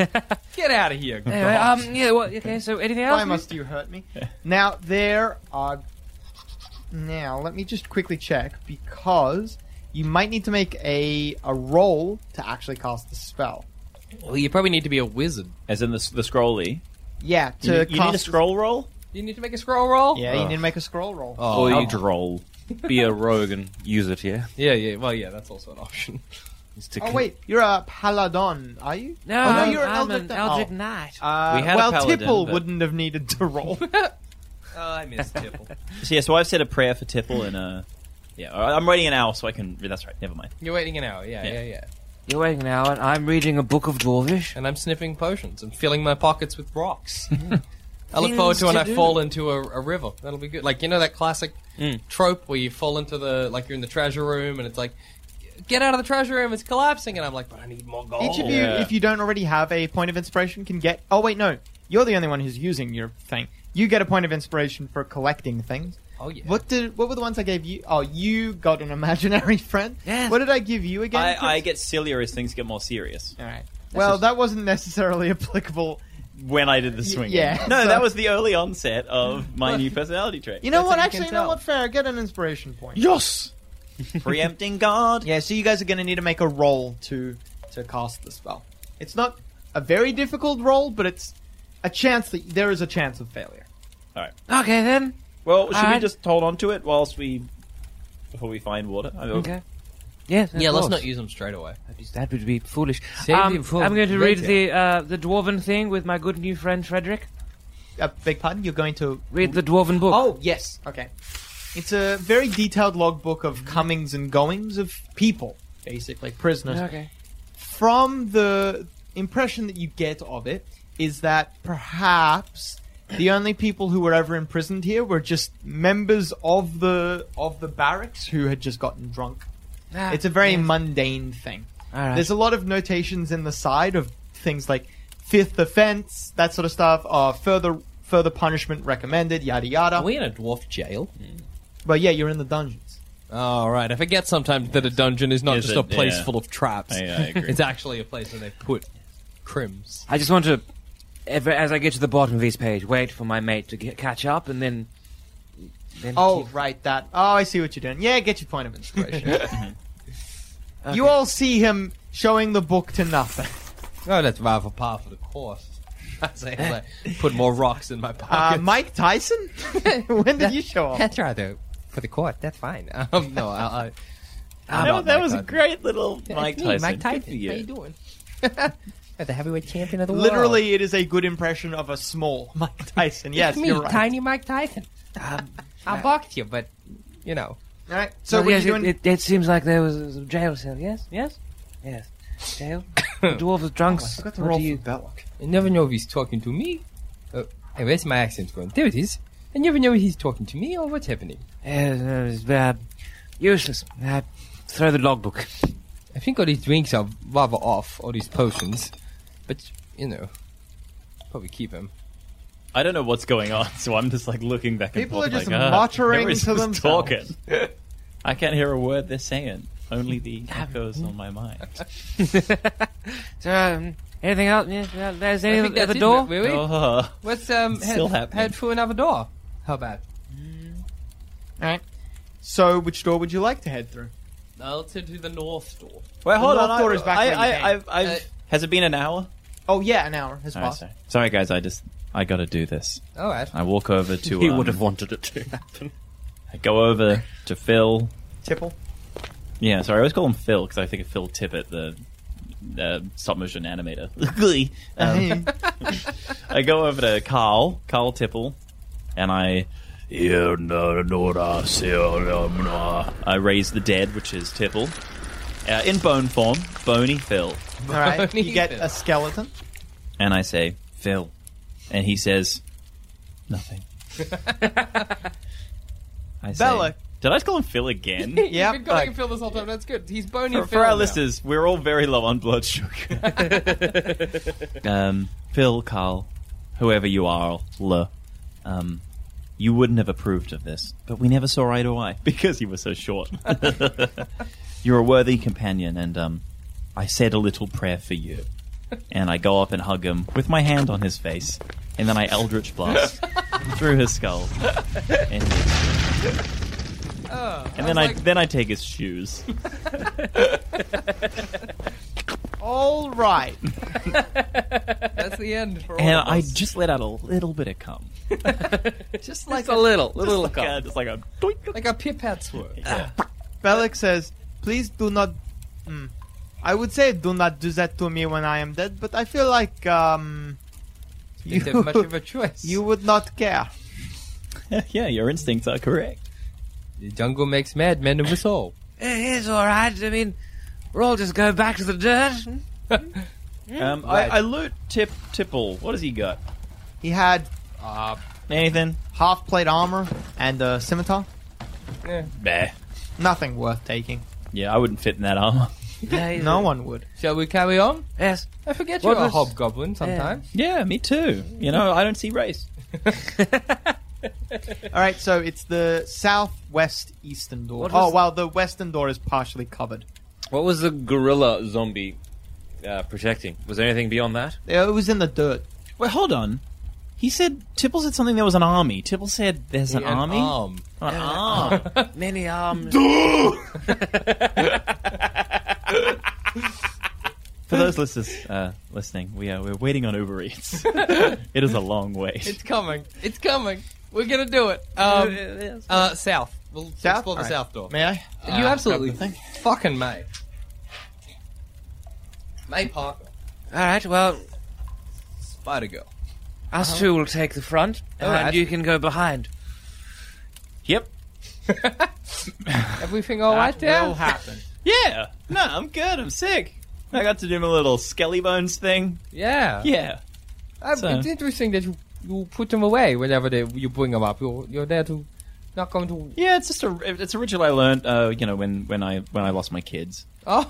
Speaker 4: Get out of here,
Speaker 5: anyway,
Speaker 4: God.
Speaker 5: um, yeah. Well, okay. So anything else?
Speaker 2: Why must you hurt me? now there are. Now let me just quickly check because you might need to make a a roll to actually cast the spell.
Speaker 4: Well, you probably need to be a wizard.
Speaker 3: As in the the scrolly.
Speaker 2: Yeah,
Speaker 3: You,
Speaker 2: to
Speaker 3: need-
Speaker 2: cast
Speaker 3: you need a
Speaker 2: the-
Speaker 3: scroll roll
Speaker 4: You need to make a scroll roll.
Speaker 2: Yeah, you need to make a scroll roll.
Speaker 7: or
Speaker 4: Oh,
Speaker 7: you droll. Be a rogue and use it. Yeah.
Speaker 4: yeah, yeah. Well, yeah, that's also an option.
Speaker 7: Just to
Speaker 2: Oh
Speaker 7: con-
Speaker 2: wait, you're a paladon, are you?
Speaker 5: No,
Speaker 2: oh,
Speaker 5: I'm,
Speaker 2: you're
Speaker 5: I'm
Speaker 2: an
Speaker 5: an
Speaker 2: Eldritch-
Speaker 5: Eldritch
Speaker 2: oh.
Speaker 5: Knight.
Speaker 2: Uh,
Speaker 3: We had a
Speaker 2: well,
Speaker 3: paladin,
Speaker 2: Tipple
Speaker 3: but-
Speaker 2: wouldn't have needed to roll.
Speaker 4: Oh, I missed Tipple.
Speaker 3: So yeah, so I've said a prayer for Tipple and uh yeah, all right, I'm writing an owl so I can that's right, never mind.
Speaker 4: You're waiting an hour. Yeah,
Speaker 3: Yeah.
Speaker 4: yeah, yeah,
Speaker 5: You're waiting now, and I'm reading a book of Dwarvish.
Speaker 4: And I'm sniffing potions and filling my pockets with rocks. I look forward to when I fall into a, a river. That'll be good. Like you know that classic trope where you fall into the like you're in the treasure room and it's like, get out of the treasure room, it's collapsing, and I'm like, but I need more gold.
Speaker 2: Each of you, if you don't already have a point of inspiration, can get. Oh wait, no, you're the only one who's using your thing. You get a point of inspiration for collecting things.
Speaker 4: Oh yeah.
Speaker 2: What did? What were the ones I gave you? Oh, you got an imaginary friend.
Speaker 5: Yes.
Speaker 2: What did I give you again?
Speaker 3: I, I
Speaker 2: Chris?
Speaker 3: get sillier as things get more serious.
Speaker 2: All right. Well, that wasn't necessarily applicable.
Speaker 3: When I did the swing.
Speaker 2: yeah,
Speaker 3: No,
Speaker 2: so-
Speaker 3: that was the early onset of my new personality trait.
Speaker 2: You know
Speaker 4: That's
Speaker 2: what?
Speaker 4: how you
Speaker 2: Actually,
Speaker 4: can
Speaker 2: you know
Speaker 4: tell.
Speaker 2: what? Fair. Get an inspiration point.
Speaker 4: Yes.
Speaker 3: Preempting God.
Speaker 2: Yeah, so you guys are going to need to make a roll to to cast the spell. It's not a very difficult roll, but it's a chance that there is a chance of failure.
Speaker 5: Okay then.
Speaker 3: Well, should we
Speaker 5: Alright.
Speaker 3: just hold on to it whilst we before we find water? I mean,
Speaker 5: Okay. Yes. of
Speaker 4: Yeah, let's
Speaker 5: course.
Speaker 4: not use them straight away.
Speaker 5: That would be foolish.
Speaker 4: Save
Speaker 5: Um,
Speaker 4: it for
Speaker 5: I'm going to read
Speaker 4: later.
Speaker 5: the uh, the dwarven thing with my good new friend Frederick.
Speaker 2: Uh, beg pardon. You're going to
Speaker 5: Read the dwarven book.
Speaker 2: Oh yes, okay. It's a very detailed logbook of comings and goings of people, basically prisoners.
Speaker 5: okay.
Speaker 2: From the impression that you get of it is that perhaps the only people who were ever imprisoned here were just members of the of the barracks who had just gotten drunk.
Speaker 5: Ah,
Speaker 2: It's a very
Speaker 5: yes. Ah.
Speaker 2: mundane thing.
Speaker 5: All right.
Speaker 2: There's a lot of notations in the side of things like fifth offense, that sort of stuff, uh, further further punishment recommended, yada yada.
Speaker 4: Are we in a dwarf jail?
Speaker 2: But yeah, you're in the dungeons.
Speaker 4: All right. I forget sometimes that a dungeon is not
Speaker 3: Is
Speaker 4: just
Speaker 3: it?
Speaker 4: a place
Speaker 3: Yeah.
Speaker 4: full of traps.
Speaker 3: I- I agree.
Speaker 4: It's actually a place where they put crims.
Speaker 5: I just want to, ever, as I get to the bottom of this page, wait for my mate to get, catch up, and then. then
Speaker 2: Oh,
Speaker 5: keep-
Speaker 2: right, that. Oh, I see what you're doing. Yeah, get your point of inspiration. You all see him showing the book to nothing.
Speaker 4: Oh, that's rather par for the course. I say, as I put more rocks in my
Speaker 2: Uh,
Speaker 4: pocket.
Speaker 2: Mike Tyson? when did you show up?
Speaker 4: that's right, though. For the court, that's fine. Um, no, I, I, I'm
Speaker 3: That,
Speaker 4: not
Speaker 3: that
Speaker 4: Mike
Speaker 3: was a
Speaker 4: Tyson.
Speaker 3: great little
Speaker 4: Yeah,
Speaker 3: Oh, Mike
Speaker 4: it's me,
Speaker 3: Tyson.
Speaker 4: Mike
Speaker 3: Good for
Speaker 4: Tyson.
Speaker 3: you.
Speaker 4: How you doing? the heavyweight champion of the world.
Speaker 2: Literally, it is a good impression of a small Mike Tyson. Yes,
Speaker 4: me,
Speaker 2: you're right.
Speaker 4: tiny Mike Tyson. I boxed you, but you know.
Speaker 2: All right. So
Speaker 5: Well,
Speaker 2: what are
Speaker 5: yes,
Speaker 2: you doing?
Speaker 5: It, it, it seems like there was a jail cell. Yes, yes, yes. Jail. the dwarf was drunk.
Speaker 2: Oh, I forgot to
Speaker 5: what
Speaker 2: roll
Speaker 5: do you?
Speaker 2: for Belloc.
Speaker 4: I never know if he's talking to me. Uh, hey, where's my accent going? There it is. I never know if he's talking to me or what's happening.
Speaker 5: Yes, no, it's, uh, useless. Uh, throw the logbook.
Speaker 4: I think all these drinks are rather off, all these potions. But, you know, probably keep them.
Speaker 3: I don't know what's going on, so I'm just like looking back and
Speaker 2: People
Speaker 3: forth.
Speaker 2: are just
Speaker 3: like, ah,
Speaker 2: muttering
Speaker 3: everybody's
Speaker 2: to
Speaker 3: just
Speaker 2: themselves.
Speaker 3: Talking. I can't hear a word they're saying. Only the
Speaker 4: mm.
Speaker 3: echoes on my mind.
Speaker 5: So, um, anything else? Yes, well, there's
Speaker 4: I
Speaker 5: any
Speaker 4: think
Speaker 5: other
Speaker 4: that's it,
Speaker 5: door?
Speaker 4: really.
Speaker 3: Oh,
Speaker 4: What's, um,
Speaker 3: Still
Speaker 4: head,
Speaker 3: happening.
Speaker 4: head through another door? How bad?
Speaker 2: All right. So which door would you like to head through?
Speaker 4: I'll to the north door.
Speaker 3: wait, hold
Speaker 2: The
Speaker 3: on.
Speaker 2: North door
Speaker 3: I-
Speaker 2: is back
Speaker 3: I,
Speaker 2: where you
Speaker 3: I,
Speaker 2: came.
Speaker 3: I've, I've,
Speaker 4: Uh,
Speaker 3: has it been an hour?
Speaker 2: Oh yeah, an hour has
Speaker 3: Oh,
Speaker 2: passed.
Speaker 3: sorry. Sorry, guys. I just I got to do this.
Speaker 4: Alright.
Speaker 3: I walk over to.
Speaker 8: He
Speaker 3: um,
Speaker 8: would have wanted it to happen.
Speaker 3: I go over to Phil.
Speaker 2: Tipple.
Speaker 3: Yeah, sorry. I always call him Phil because I think of Phil Tippett, the uh, stop motion animator. um, I go over to Carl, Carl Tipple, and I. Yeah, no, no, no, see, oh, no, no. I raise the dead, which is Tipple, uh, in bone form, bony Phil,
Speaker 2: All right.
Speaker 4: Bonnie
Speaker 2: You get
Speaker 4: Phil.
Speaker 2: a skeleton.
Speaker 3: and I say Phil, and he says nothing. I say,
Speaker 2: Bella.
Speaker 3: Did I just call him Phil again?
Speaker 2: Yeah.
Speaker 4: You've been calling Phil this whole time. That's good. He's bony
Speaker 3: for,
Speaker 4: Phil
Speaker 3: for our
Speaker 4: now.
Speaker 3: listeners, we're all very low on blood sugar. um, Phil, Carl, whoever you are, Le, um, you wouldn't have approved of this, but we never saw eye to eye because you were so short. You're a worthy companion, and um, I said a little prayer for you. And I go up and hug him with my hand on his face, and then I eldritch blast through his skull. And, and then I, then I take his shoes.
Speaker 2: All right.
Speaker 4: That's the end for all
Speaker 3: And
Speaker 4: of
Speaker 3: I
Speaker 4: us.
Speaker 3: just let out a little bit of cum.
Speaker 4: Just like a little, little
Speaker 3: like a, just like a doink.
Speaker 4: like a pipette swirl.
Speaker 2: Belloc says, "Please do not." Mm. I would say do not do that to me when I am dead, but I feel like um,
Speaker 4: You have much of a choice.
Speaker 2: you would not care.
Speaker 3: yeah, your instincts are correct.
Speaker 4: The jungle makes mad men of us all.
Speaker 5: It is all right. I mean, we're all just going back to the dirt. Hmm?
Speaker 3: Um,
Speaker 4: Right.
Speaker 3: I, I loot Tip Tipple. What has he got?
Speaker 2: He had
Speaker 3: Anything?
Speaker 2: half plate armor and a scimitar.
Speaker 3: Bah.
Speaker 2: Nothing worth taking.
Speaker 3: Yeah, I wouldn't fit in that armor.
Speaker 2: No one would.
Speaker 4: Shall we carry on?
Speaker 5: Yes.
Speaker 4: I forget
Speaker 5: What
Speaker 4: you're a
Speaker 5: was-
Speaker 4: hobgoblin sometimes.
Speaker 3: Yeah, me too. You know, I don't see race.
Speaker 2: All right, so it's the southwest eastern door.
Speaker 5: What
Speaker 2: Oh,
Speaker 5: was-
Speaker 2: well, the western door is partially covered.
Speaker 8: What was the gorilla zombie uh, protecting? Was there anything beyond that?
Speaker 2: It was in the dirt.
Speaker 3: Wait, hold on. He said Tipple said something. There was an army. Tipple said there's an
Speaker 4: An
Speaker 3: army.
Speaker 4: arm.
Speaker 5: Uh,
Speaker 2: Uh,
Speaker 3: An arm.
Speaker 5: Many arms.
Speaker 3: For those listeners uh, listening, we are we're waiting on Uber Eats. it is a long wait.
Speaker 4: It's coming. It's coming. We're gonna do it. Um, uh, south. We'll
Speaker 2: South?
Speaker 4: explore the
Speaker 2: Alright.
Speaker 4: south door.
Speaker 2: May I?
Speaker 4: you absolutely fucking may. May Parker,
Speaker 5: All right. Well,
Speaker 4: Spider Girl.
Speaker 5: us two will take the front,
Speaker 4: Oh. All
Speaker 5: and
Speaker 4: right.
Speaker 5: you can go behind.
Speaker 3: Yep.
Speaker 4: Everything all right there?
Speaker 2: Will happen.
Speaker 3: Yeah. No, I'm good. I'm sick. I got to do my little skelly bones thing.
Speaker 4: Yeah.
Speaker 3: Yeah.
Speaker 4: Um,
Speaker 3: so-
Speaker 4: It's interesting that you, you put them away whenever they, you bring them up. You're, you're there to not going to.
Speaker 3: Yeah, it's just a it's a ritual I learned, uh, you know, when, when I when I lost my kids.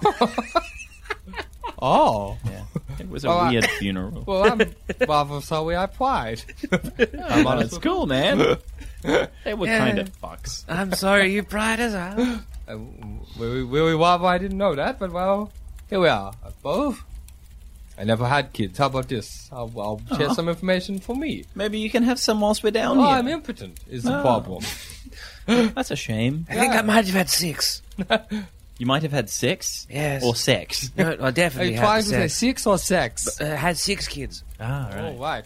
Speaker 4: Oh. oh.
Speaker 3: Yeah, it was a
Speaker 4: Well, I-
Speaker 3: weird funeral.
Speaker 4: Well, I'm rather sorry I plied. I'm
Speaker 3: But
Speaker 4: honest
Speaker 3: it's
Speaker 4: with
Speaker 3: cool, man. they were
Speaker 5: Yeah.
Speaker 3: kind of fucks.
Speaker 5: I'm sorry, you pried us out.
Speaker 4: Uh, Willy Willy Wobble, I didn't know that, but well, here we are. uh, Both. I never had kids. How about this? I'll, I'll share some information for me.
Speaker 3: Maybe you can have some whilst we're down
Speaker 4: Oh,
Speaker 3: here.
Speaker 4: I'm impotent, is the problem.
Speaker 3: That's a shame.
Speaker 5: I think I might have had six.
Speaker 3: You might have had six?
Speaker 5: Yes.
Speaker 3: Or sex.
Speaker 5: No, I definitely
Speaker 4: Hey,
Speaker 5: had
Speaker 4: Oh, twice was there
Speaker 5: sex.
Speaker 4: six Oh, or sex?
Speaker 5: Uh, had six kids
Speaker 3: ah, right.
Speaker 4: Oh, right.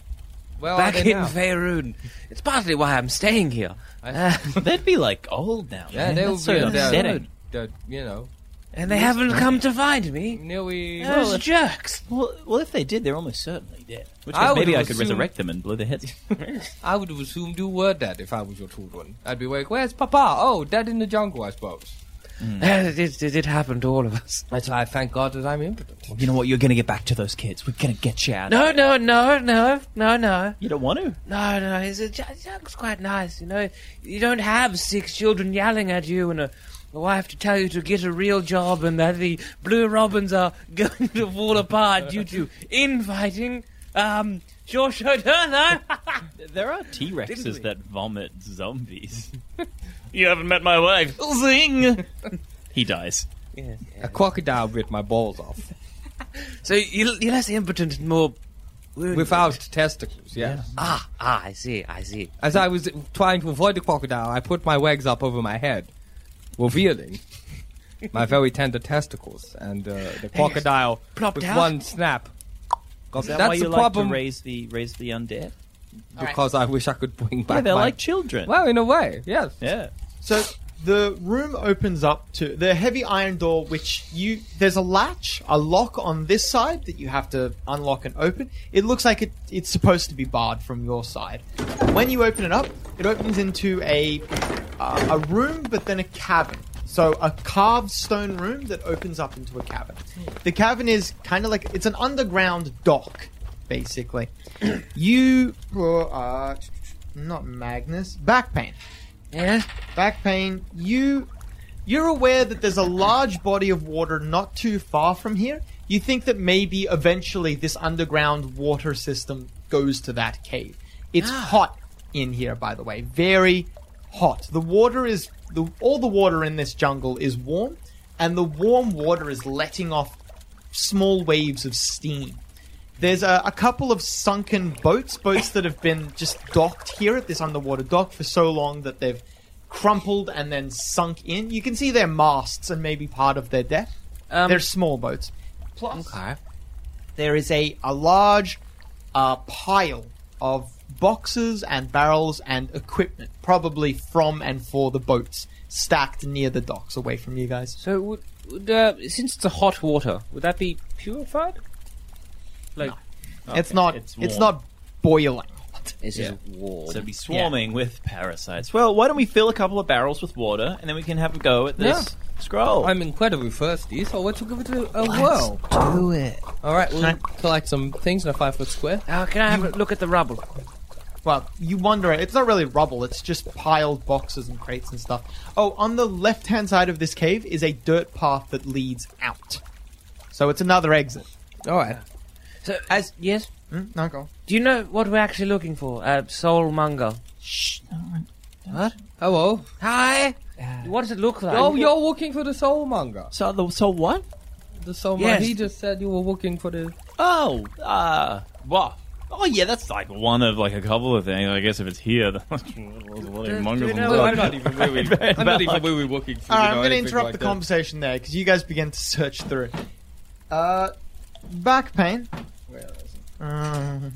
Speaker 4: Well,
Speaker 5: back in
Speaker 4: now?
Speaker 5: Faerun. It's partly why I'm staying here. Uh,
Speaker 3: They'd be like old now.
Speaker 4: Oh. yeah,
Speaker 3: man.
Speaker 4: they will
Speaker 3: That's so
Speaker 4: be
Speaker 3: upsetting.
Speaker 4: upsetting. You know,
Speaker 5: and they haven't
Speaker 4: Mm.
Speaker 5: come to find me.
Speaker 4: now we.
Speaker 5: Those jerks.
Speaker 3: Well, well, if they did, they're almost certainly dead. Which
Speaker 4: I
Speaker 3: case,
Speaker 4: would
Speaker 3: maybe I
Speaker 4: have
Speaker 3: could
Speaker 4: assumed-
Speaker 3: resurrect them and blow their heads.
Speaker 4: I would assume you were dead if I was your children. I'd be like, "Where's Papa? Oh, dead in the jungle, I suppose."
Speaker 5: Uh, it, did- it did happen to all of us.
Speaker 4: That's why I thank God that I'm impotent.
Speaker 3: you know what? You're going to get back to those kids. We're going to get you out.
Speaker 5: No, no, no, no, no, no,
Speaker 3: You don't want to?
Speaker 5: no, no. It's a, ju- jung's quite nice, you know. You don't have six children yelling at you and a, a wife to tell you to get a real job and that the blue robins are going to fall apart due to infighting. Um, sure, sure, no, no.
Speaker 3: There are T
Speaker 5: Didn't we?
Speaker 3: Rexes that vomit zombies. you haven't met my wife. Zing! he dies.
Speaker 5: Yes, yes.
Speaker 4: A crocodile bit my balls off
Speaker 5: So you, you're less impotent and more. wounded.
Speaker 4: without testicles. Yes.
Speaker 5: ah, ah, I see, I see.
Speaker 4: As I was trying to avoid the crocodile, I put my legs up over my head, revealing my very tender testicles, and uh, the crocodile
Speaker 5: plopped
Speaker 4: with
Speaker 5: out.
Speaker 4: one snap. got-
Speaker 3: Is that
Speaker 4: That's
Speaker 3: why you
Speaker 4: the
Speaker 3: like
Speaker 4: problem
Speaker 3: to raise the raise the undead?
Speaker 4: because I wish I could bring back.
Speaker 3: Yeah, they're
Speaker 4: my-
Speaker 3: like children.
Speaker 4: Well, in a way, yes.
Speaker 3: Yeah.
Speaker 2: So the room opens up to the heavy iron door, which you there's a latch, a lock on this side that you have to unlock and open. It looks like it, it's supposed to be barred from your side. When you open it up, it opens into a uh, a room, but then a cavern. So a carved stone room that opens up into a cavern. The cavern is kind of like it's an underground dock, basically. you, uh, not Magnus, back pain
Speaker 5: Yes.
Speaker 2: back pain you you're aware that there's a large body of water not too far from here you think that maybe eventually this underground water system goes to that cave it's hot in here by the way very hot the water is the, all the water in this jungle is warm and the warm water is letting off small waves of steam there's a, a couple of sunken boats, boats that have been just docked here at this underwater dock for so long that they've crumpled and then sunk in. You can see their masts and maybe part of their deck.
Speaker 5: Um,
Speaker 2: They're small boats. Plus,
Speaker 5: okay.
Speaker 2: there is a, a large uh, pile of boxes and barrels and equipment, probably from and for the boats, stacked near the docks away from you guys.
Speaker 5: So, would, would, uh, since it's a hot water, would that be purified? Like,
Speaker 2: It's not.
Speaker 3: It's
Speaker 2: It's,
Speaker 3: warm.
Speaker 2: not boiling.
Speaker 5: it's just warm.
Speaker 3: So it'd be swarming with parasites. Well, why don't we fill a couple of barrels with water and then we can have a go at this scroll?
Speaker 4: I'm incredibly thirsty, so let's give it a, a whirl.
Speaker 5: do it.
Speaker 4: All right, we'll collect some things in a five foot square.
Speaker 5: Oh, can I have a look at the rubble?
Speaker 2: Well, you wonder. It's not really rubble. It's just piled boxes and crates and stuff. Oh, on the left-hand side of this cave is a dirt path that leads out. So it's another exit.
Speaker 4: All right.
Speaker 5: So, as yes,
Speaker 2: Hmm? No, go.
Speaker 5: do you know what we're actually looking for? Uh, soul monger.
Speaker 4: Hello. Hi.
Speaker 5: What does it look like?
Speaker 4: Oh, you're walking for the soul monger.
Speaker 3: so, the, so what?
Speaker 4: The soul
Speaker 5: Yes.
Speaker 4: monger. He just said you were walking for the.
Speaker 3: Oh, uh, what? Oh yeah, that's like one of like a couple of things. I guess if it's here, then
Speaker 5: do you
Speaker 3: mongers.
Speaker 5: know
Speaker 3: and-
Speaker 5: what-
Speaker 4: I'm not even really. I'm not even really walking for.
Speaker 2: All right, I'm going to interrupt the conversation there because you guys begin to search through. Uh, back pain. Um,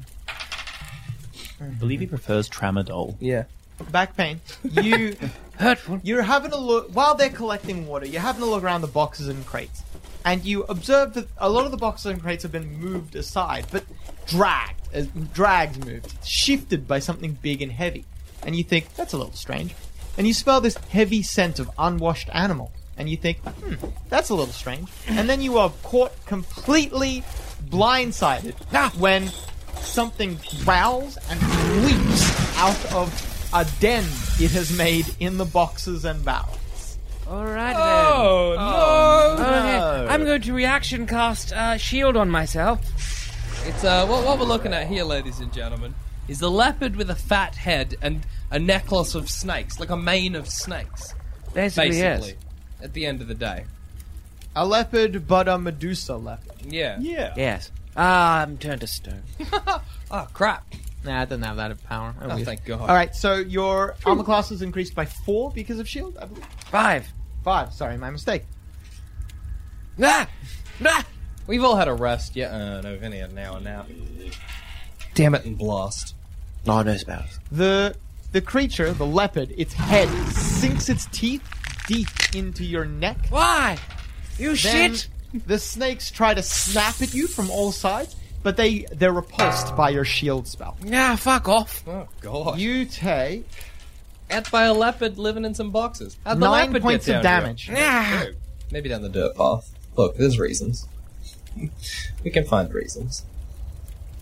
Speaker 3: I believe he prefers tramadol.
Speaker 4: Yeah.
Speaker 2: back pain. You
Speaker 5: hurtful.
Speaker 2: You're having a look while they're collecting water. You're having a look around the boxes and crates, and you observe that a lot of the boxes and crates have been moved aside, but dragged, as dragged, moved, shifted by something big and heavy. And you think that's a little strange. And you smell this heavy scent of unwashed animal, and you think, hmm, that's a little strange. And then you are caught completely blindsided when something growls and leaps out of a den it has made in the boxes and barrels.
Speaker 5: All right
Speaker 4: Oh
Speaker 5: then.
Speaker 4: no!
Speaker 5: Okay, I'm going to reaction cast uh, shield on myself.
Speaker 4: It's uh, what, what we're looking at here, ladies and gentlemen, is the leopard with a fat head and a necklace of snakes, like a mane of snakes,
Speaker 5: Basically,
Speaker 4: basically.
Speaker 5: yes.
Speaker 4: At the end of the day.
Speaker 2: A leopard, but a Medusa leopard.
Speaker 4: Yeah.
Speaker 3: Yeah.
Speaker 5: Yes. Ah, I'm turned to stone.
Speaker 4: Oh crap!
Speaker 2: Nah, it doesn't have that power. I
Speaker 4: Oh,
Speaker 2: wish.
Speaker 4: thank God.
Speaker 2: All right, so your armor class is increased by four because of shield. I believe.
Speaker 5: Five.
Speaker 2: Five. Sorry, my mistake.
Speaker 4: Nah!
Speaker 5: Ah!
Speaker 4: Nah! We've all had a rest. Yeah, uh, no, we've only had an hour now. Damn it, and blast.
Speaker 9: No, no spells.
Speaker 2: The the creature, the leopard, its head sinks its teeth deep into your neck.
Speaker 5: Why? You
Speaker 2: Then
Speaker 5: shit!
Speaker 2: the snakes try to snap at you from all sides, but they they're repulsed by your shield spell.
Speaker 5: Nah, fuck off.
Speaker 4: Oh, God.
Speaker 2: You take
Speaker 4: Ate by a leopard living in some boxes. How'd the
Speaker 2: nine
Speaker 4: leopard
Speaker 2: points
Speaker 4: get
Speaker 2: of
Speaker 4: down here?
Speaker 2: damage.
Speaker 5: Nah.
Speaker 4: Maybe down the dirt path. Look, there's reasons. we can find reasons.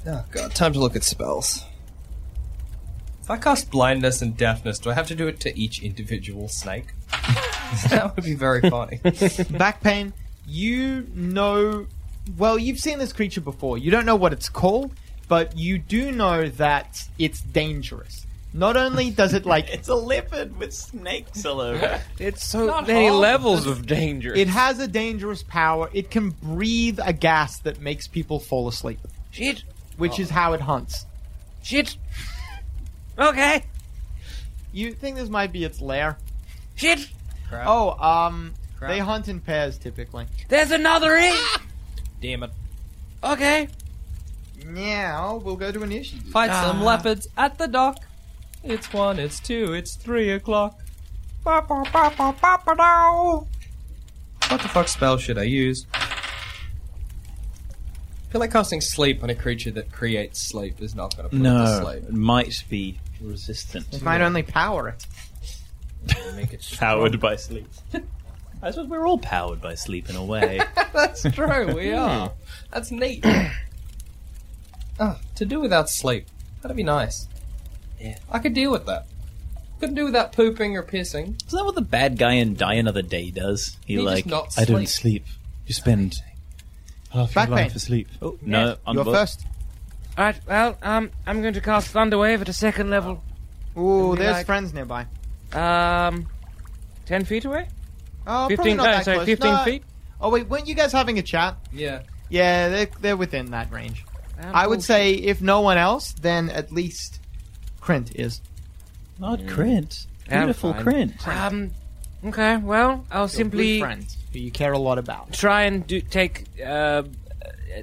Speaker 4: Oh god, time to look at spells. If I cast blindness and deafness, do I have to do it to each individual snake? that would be very funny.
Speaker 2: Back pain. You know, well, you've seen this creature before. You don't know what it's called, but you do know that it's dangerous. Not only does it like
Speaker 3: It's a leopard with snakes all over.
Speaker 5: It's so many levels of danger.
Speaker 2: it has a dangerous power, it can breathe a gas that makes people fall asleep,
Speaker 5: shit.
Speaker 2: which is how it hunts.
Speaker 5: Shit. Okay.
Speaker 2: You think this might be its lair?
Speaker 5: Shit.
Speaker 2: Oh, um, they hunt in pairs typically.
Speaker 5: There's another in.
Speaker 4: Damn it.
Speaker 5: Okay.
Speaker 2: Now we'll go to initiative.
Speaker 4: Fight some
Speaker 5: Ah.
Speaker 4: leopards at the dock. It's one, it's two, it's three o'clock. Ba, ba, ba, ba, ba, ba, dow. What the fuck spell should I use? I feel like casting sleep on a creature that creates sleep is not going to put it to
Speaker 3: No,
Speaker 4: sleep.
Speaker 3: it might be resistant.
Speaker 2: It might only power it.
Speaker 4: Make it
Speaker 3: Powered by sleep. I suppose we're all powered by sleep in a way.
Speaker 4: That's true, we are. That's neat. Ah, to do without sleep. That'd be nice. Yeah. I could deal with that. Couldn't do without pooping or pissing.
Speaker 3: Is that what the bad guy in Die Another Day does? He,
Speaker 4: He just
Speaker 3: like,
Speaker 4: not
Speaker 3: I don't sleep.
Speaker 4: sleep."
Speaker 3: You spend half
Speaker 2: Back
Speaker 3: your
Speaker 2: pain.
Speaker 3: life asleep. Oh, no, I'm
Speaker 2: You're
Speaker 3: booked.
Speaker 2: first.
Speaker 5: All right. Well, um, I'm going to cast Thunderwave at a second level.
Speaker 2: Ooh,
Speaker 5: It'd be
Speaker 2: there's
Speaker 5: like-
Speaker 2: friends nearby.
Speaker 5: Um, ten feet away.
Speaker 2: Oh, probably
Speaker 5: Fifteen.
Speaker 2: not
Speaker 5: No,
Speaker 2: that
Speaker 5: sorry,
Speaker 2: close.
Speaker 5: fifteen
Speaker 2: No.
Speaker 5: feet.
Speaker 2: Oh wait, weren't you guys having a chat?
Speaker 4: Yeah.
Speaker 2: Yeah, they're, they're within that range.
Speaker 5: Ah,
Speaker 2: I would
Speaker 5: bullshit.
Speaker 2: say if no one else, then at least Krent is.
Speaker 3: Not
Speaker 2: Mm.
Speaker 3: Krent.
Speaker 5: Yeah,
Speaker 3: Beautiful
Speaker 5: fine.
Speaker 3: Krent.
Speaker 5: Um. Okay. Well, I'll
Speaker 2: Your good
Speaker 5: simply
Speaker 2: friend who you care a lot about.
Speaker 5: try and do take uh, uh,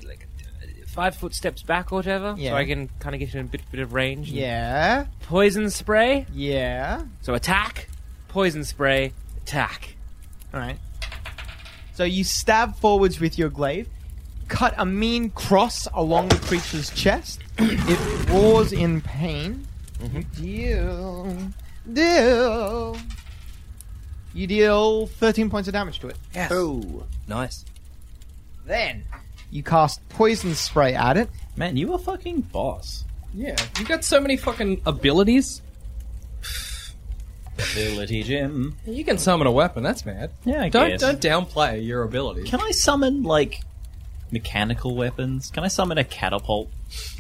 Speaker 5: like uh, five foot steps back or whatever,
Speaker 2: Yeah.
Speaker 5: so I can kind of get in a bit bit of range. and
Speaker 2: Yeah,
Speaker 5: Poison spray.
Speaker 2: yeah.
Speaker 5: So attack. Poison spray. Attack.
Speaker 2: All right. So you stab forwards with your glaive, cut a mean cross along the creature's chest. it roars in pain. You deal, deal. You deal 13 points of damage to it.
Speaker 5: Yes.
Speaker 4: Oh. Nice.
Speaker 2: Then you cast poison spray at it.
Speaker 3: Man, you a fucking boss.
Speaker 4: Yeah. You got so many fucking abilities.
Speaker 3: Ability Jim.
Speaker 4: You can summon a weapon, that's mad.
Speaker 3: Yeah, I
Speaker 4: don't
Speaker 3: guess.
Speaker 4: don't downplay your abilities.
Speaker 3: Can I summon like mechanical weapons? Can I summon a catapult?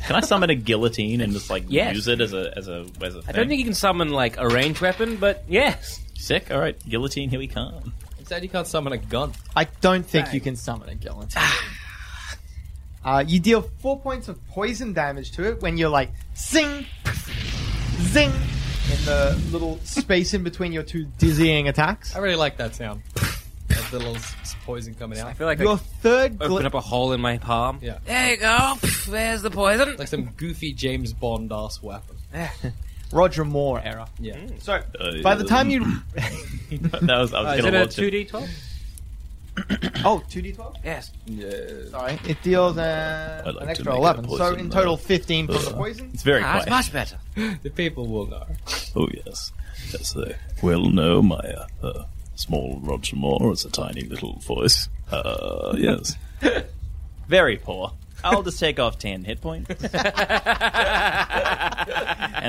Speaker 3: Can I summon a guillotine and just like
Speaker 5: Yes.
Speaker 3: use it as a as a as a thing?
Speaker 5: I don't think you can summon like a ranged weapon, but yes.
Speaker 3: sick. All right, guillotine. Here we come.
Speaker 4: Instead you can't summon a gun.
Speaker 2: I don't think you can summon a guillotine. uh, you deal four points of poison damage to it when you're like zing, zing, in the little space in between your two dizzying attacks.
Speaker 4: I really like that sound. that little s- s- poison coming
Speaker 5: I
Speaker 4: out.
Speaker 5: feel like
Speaker 2: Your
Speaker 5: I
Speaker 2: third
Speaker 5: open
Speaker 2: gla-
Speaker 5: up a hole in my palm.
Speaker 4: Yeah.
Speaker 5: There you go. There's the poison.
Speaker 4: Like some goofy James Bond ass weapon.
Speaker 2: Roger Moore era.
Speaker 4: Yeah.
Speaker 2: So by the time you
Speaker 3: that was I was
Speaker 5: Uh, Is
Speaker 3: gonna
Speaker 5: it a
Speaker 3: launch
Speaker 5: two D twelve?
Speaker 2: oh 2d12
Speaker 5: Yes.
Speaker 2: sorry it deals uh,
Speaker 3: I'd like
Speaker 2: an
Speaker 3: to
Speaker 2: extra
Speaker 3: make it a
Speaker 2: 11 so
Speaker 3: poison,
Speaker 2: in
Speaker 3: uh,
Speaker 2: total 15 from the poison
Speaker 3: It's very
Speaker 5: Ah, that's
Speaker 3: quiet.
Speaker 5: much better.
Speaker 4: The people will know.
Speaker 3: Oh yes, yes. Uh, well, no, my uh, uh, small Roger Moore is a tiny little voice. Uh, yes. Very poor. I'll just take off ten hit points, and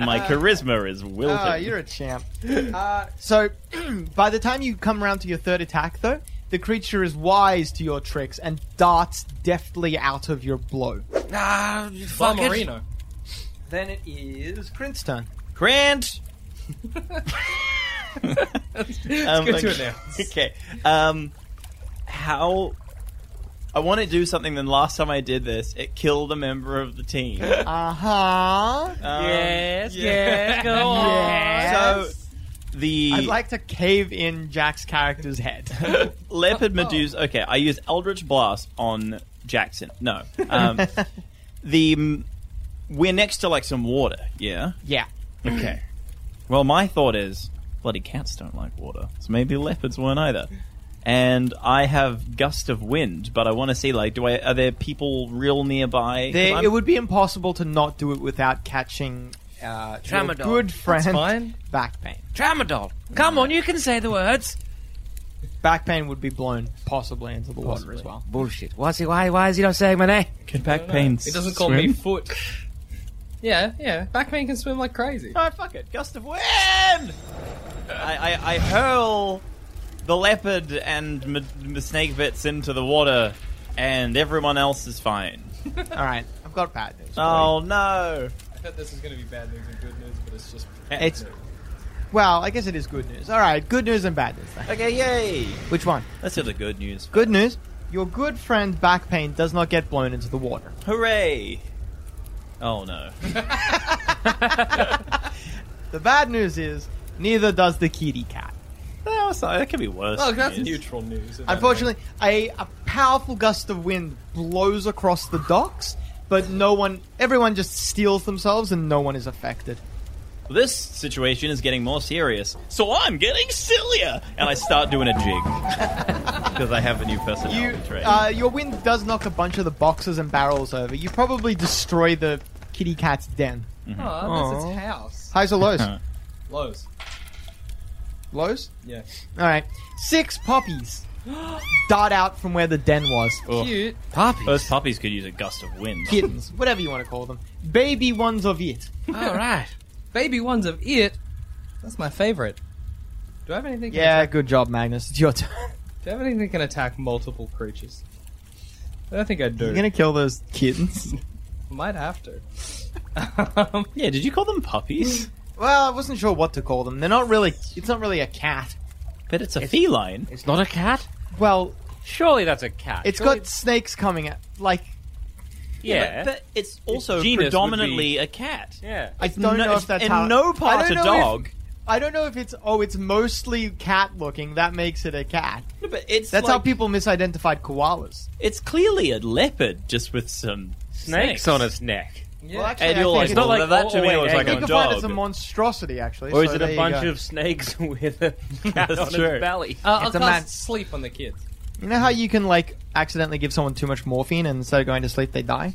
Speaker 3: my charisma is wilted.
Speaker 2: Oh, you're a champ. Uh, so, by the time you come around to your third attack, though, the creature is wise to your tricks and darts deftly out of your blow.
Speaker 5: Ah, you fuck it.
Speaker 4: Marino.
Speaker 2: Then it is Crin's turn.
Speaker 3: Grant. um,
Speaker 4: good to
Speaker 3: okay.
Speaker 4: announce.
Speaker 3: Okay. Um, how? I want to do something. Then last time I did this, it killed a member of the team.
Speaker 2: Uh huh.
Speaker 3: Um,
Speaker 5: Yes, yes, go on.
Speaker 2: Yes.
Speaker 3: So the
Speaker 2: I'd like to cave in Jack's character's head.
Speaker 3: leopard medusa. Okay, I used Eldritch Blast on Jackson. No, um, the mm, we're next to like some water. Yeah.
Speaker 2: yeah.
Speaker 3: Okay. Well, my thought is bloody cats don't like water, so maybe leopards won't either. And I have gust of wind, but I want to see like, do I are there people real nearby? 'Cause
Speaker 2: There,
Speaker 3: I'm-
Speaker 2: it would be impossible to not do it without catching uh, your
Speaker 5: Tramadol.
Speaker 2: good
Speaker 5: That's
Speaker 2: friend
Speaker 10: fine.
Speaker 2: back pain.
Speaker 5: Tramadol. Come on, you can say the words.
Speaker 2: Back pain would be blown possibly into the water as well.
Speaker 5: Bullshit. Why's he? Why? Why is he not saying my name?
Speaker 3: can back pains.
Speaker 4: It doesn't call me foot. Yeah, yeah. Backman can swim like crazy.
Speaker 3: Oh, fuck it. Gust of wind! I, I, I hurl the leopard and m- m- snake bits into the water, and everyone else is fine.
Speaker 2: All right, Uh, I've got bad news. for
Speaker 3: Oh, no.
Speaker 4: I thought this was going to be bad news and good news, but it's just.
Speaker 2: you. it's well, I guess it is good news. All right, good news and bad news. then.
Speaker 3: Okay, yay.
Speaker 2: Which one?
Speaker 3: That's the other good news.
Speaker 2: Good news. Your good friend back pain does not get blown into the water.
Speaker 3: Hooray. Oh, no.
Speaker 2: The bad news is neither does the kitty cat.
Speaker 3: that, was, that could be worse.
Speaker 4: Oh,
Speaker 3: than
Speaker 4: that's
Speaker 3: news.
Speaker 4: neutral news. if
Speaker 2: Unfortunately, a, a powerful gust of wind blows across the docks, but no one, everyone just steals themselves and no one is affected.
Speaker 3: This situation is getting more serious, so I'm getting sillier! And I start doing a jig. Because I have a new personality
Speaker 2: You,
Speaker 3: trait.
Speaker 2: uh, your wind does knock a bunch of the boxes and barrels over. You probably destroy the kitty cat's den.
Speaker 3: Mm-hmm.
Speaker 4: anything. Oh, that's its house.
Speaker 2: Highs or lows?
Speaker 4: Lows.
Speaker 2: lows?
Speaker 4: Yeah.
Speaker 2: All right. Six puppies dart out from where the den was.
Speaker 4: Cute.
Speaker 5: Puppy.
Speaker 3: Those puppies could use a gust of wind.
Speaker 2: Kittens, whatever you want to call them. Baby ones of it.
Speaker 5: All right.
Speaker 4: Baby ones of it. That's my favorite. Do I have anything?
Speaker 2: Yeah, good job, Magnus. It's your turn.
Speaker 4: Do I have anything that can attack multiple creatures? I don't think I do.
Speaker 2: You're gonna kill those kittens.
Speaker 4: Might have to. Um,
Speaker 3: Yeah, did you call them puppies?
Speaker 2: Well, I wasn't sure what to call them. They're not really. It's not really a cat.
Speaker 3: But it's a feline.
Speaker 5: It's not a cat.
Speaker 2: Well,
Speaker 11: Surely that's a cat.
Speaker 2: it's
Speaker 11: Surely-
Speaker 2: got snakes coming at. Like,
Speaker 11: yeah.
Speaker 3: But it's also
Speaker 11: genus would
Speaker 3: predominantly
Speaker 11: be-
Speaker 3: a cat.
Speaker 11: yeah.
Speaker 2: I don't know
Speaker 3: no,
Speaker 2: if that's
Speaker 3: in
Speaker 2: how.
Speaker 3: no part
Speaker 2: I
Speaker 3: a
Speaker 2: don't know if-
Speaker 3: dog.
Speaker 2: I don't know if it's. Oh, it's mostly cat looking. That makes it a cat.
Speaker 3: No, but it's
Speaker 2: That's how
Speaker 3: like-
Speaker 2: people misidentified koalas.
Speaker 3: It's clearly a leopard, just with some
Speaker 11: Snakes, on its neck.
Speaker 2: Well, actually,
Speaker 3: and you're
Speaker 2: I
Speaker 3: like,
Speaker 2: think
Speaker 11: not
Speaker 2: it's-
Speaker 11: like-
Speaker 3: well, that to
Speaker 11: oh,
Speaker 3: me
Speaker 11: wait,
Speaker 3: looks
Speaker 11: hang
Speaker 3: like
Speaker 2: you
Speaker 11: on.
Speaker 3: a
Speaker 2: can find
Speaker 3: dog.
Speaker 2: it's a monstrosity, actually.
Speaker 11: Or
Speaker 2: so
Speaker 11: is it
Speaker 2: there
Speaker 11: a
Speaker 2: you
Speaker 11: bunch
Speaker 2: go.
Speaker 11: of snakes with a cat on
Speaker 3: true.
Speaker 11: its belly?
Speaker 4: Uh, I'll
Speaker 2: It's a
Speaker 4: cast
Speaker 2: man-
Speaker 4: sleep on the kids.
Speaker 2: You know how you can like accidentally give someone too much morphine and instead of going to sleep they die?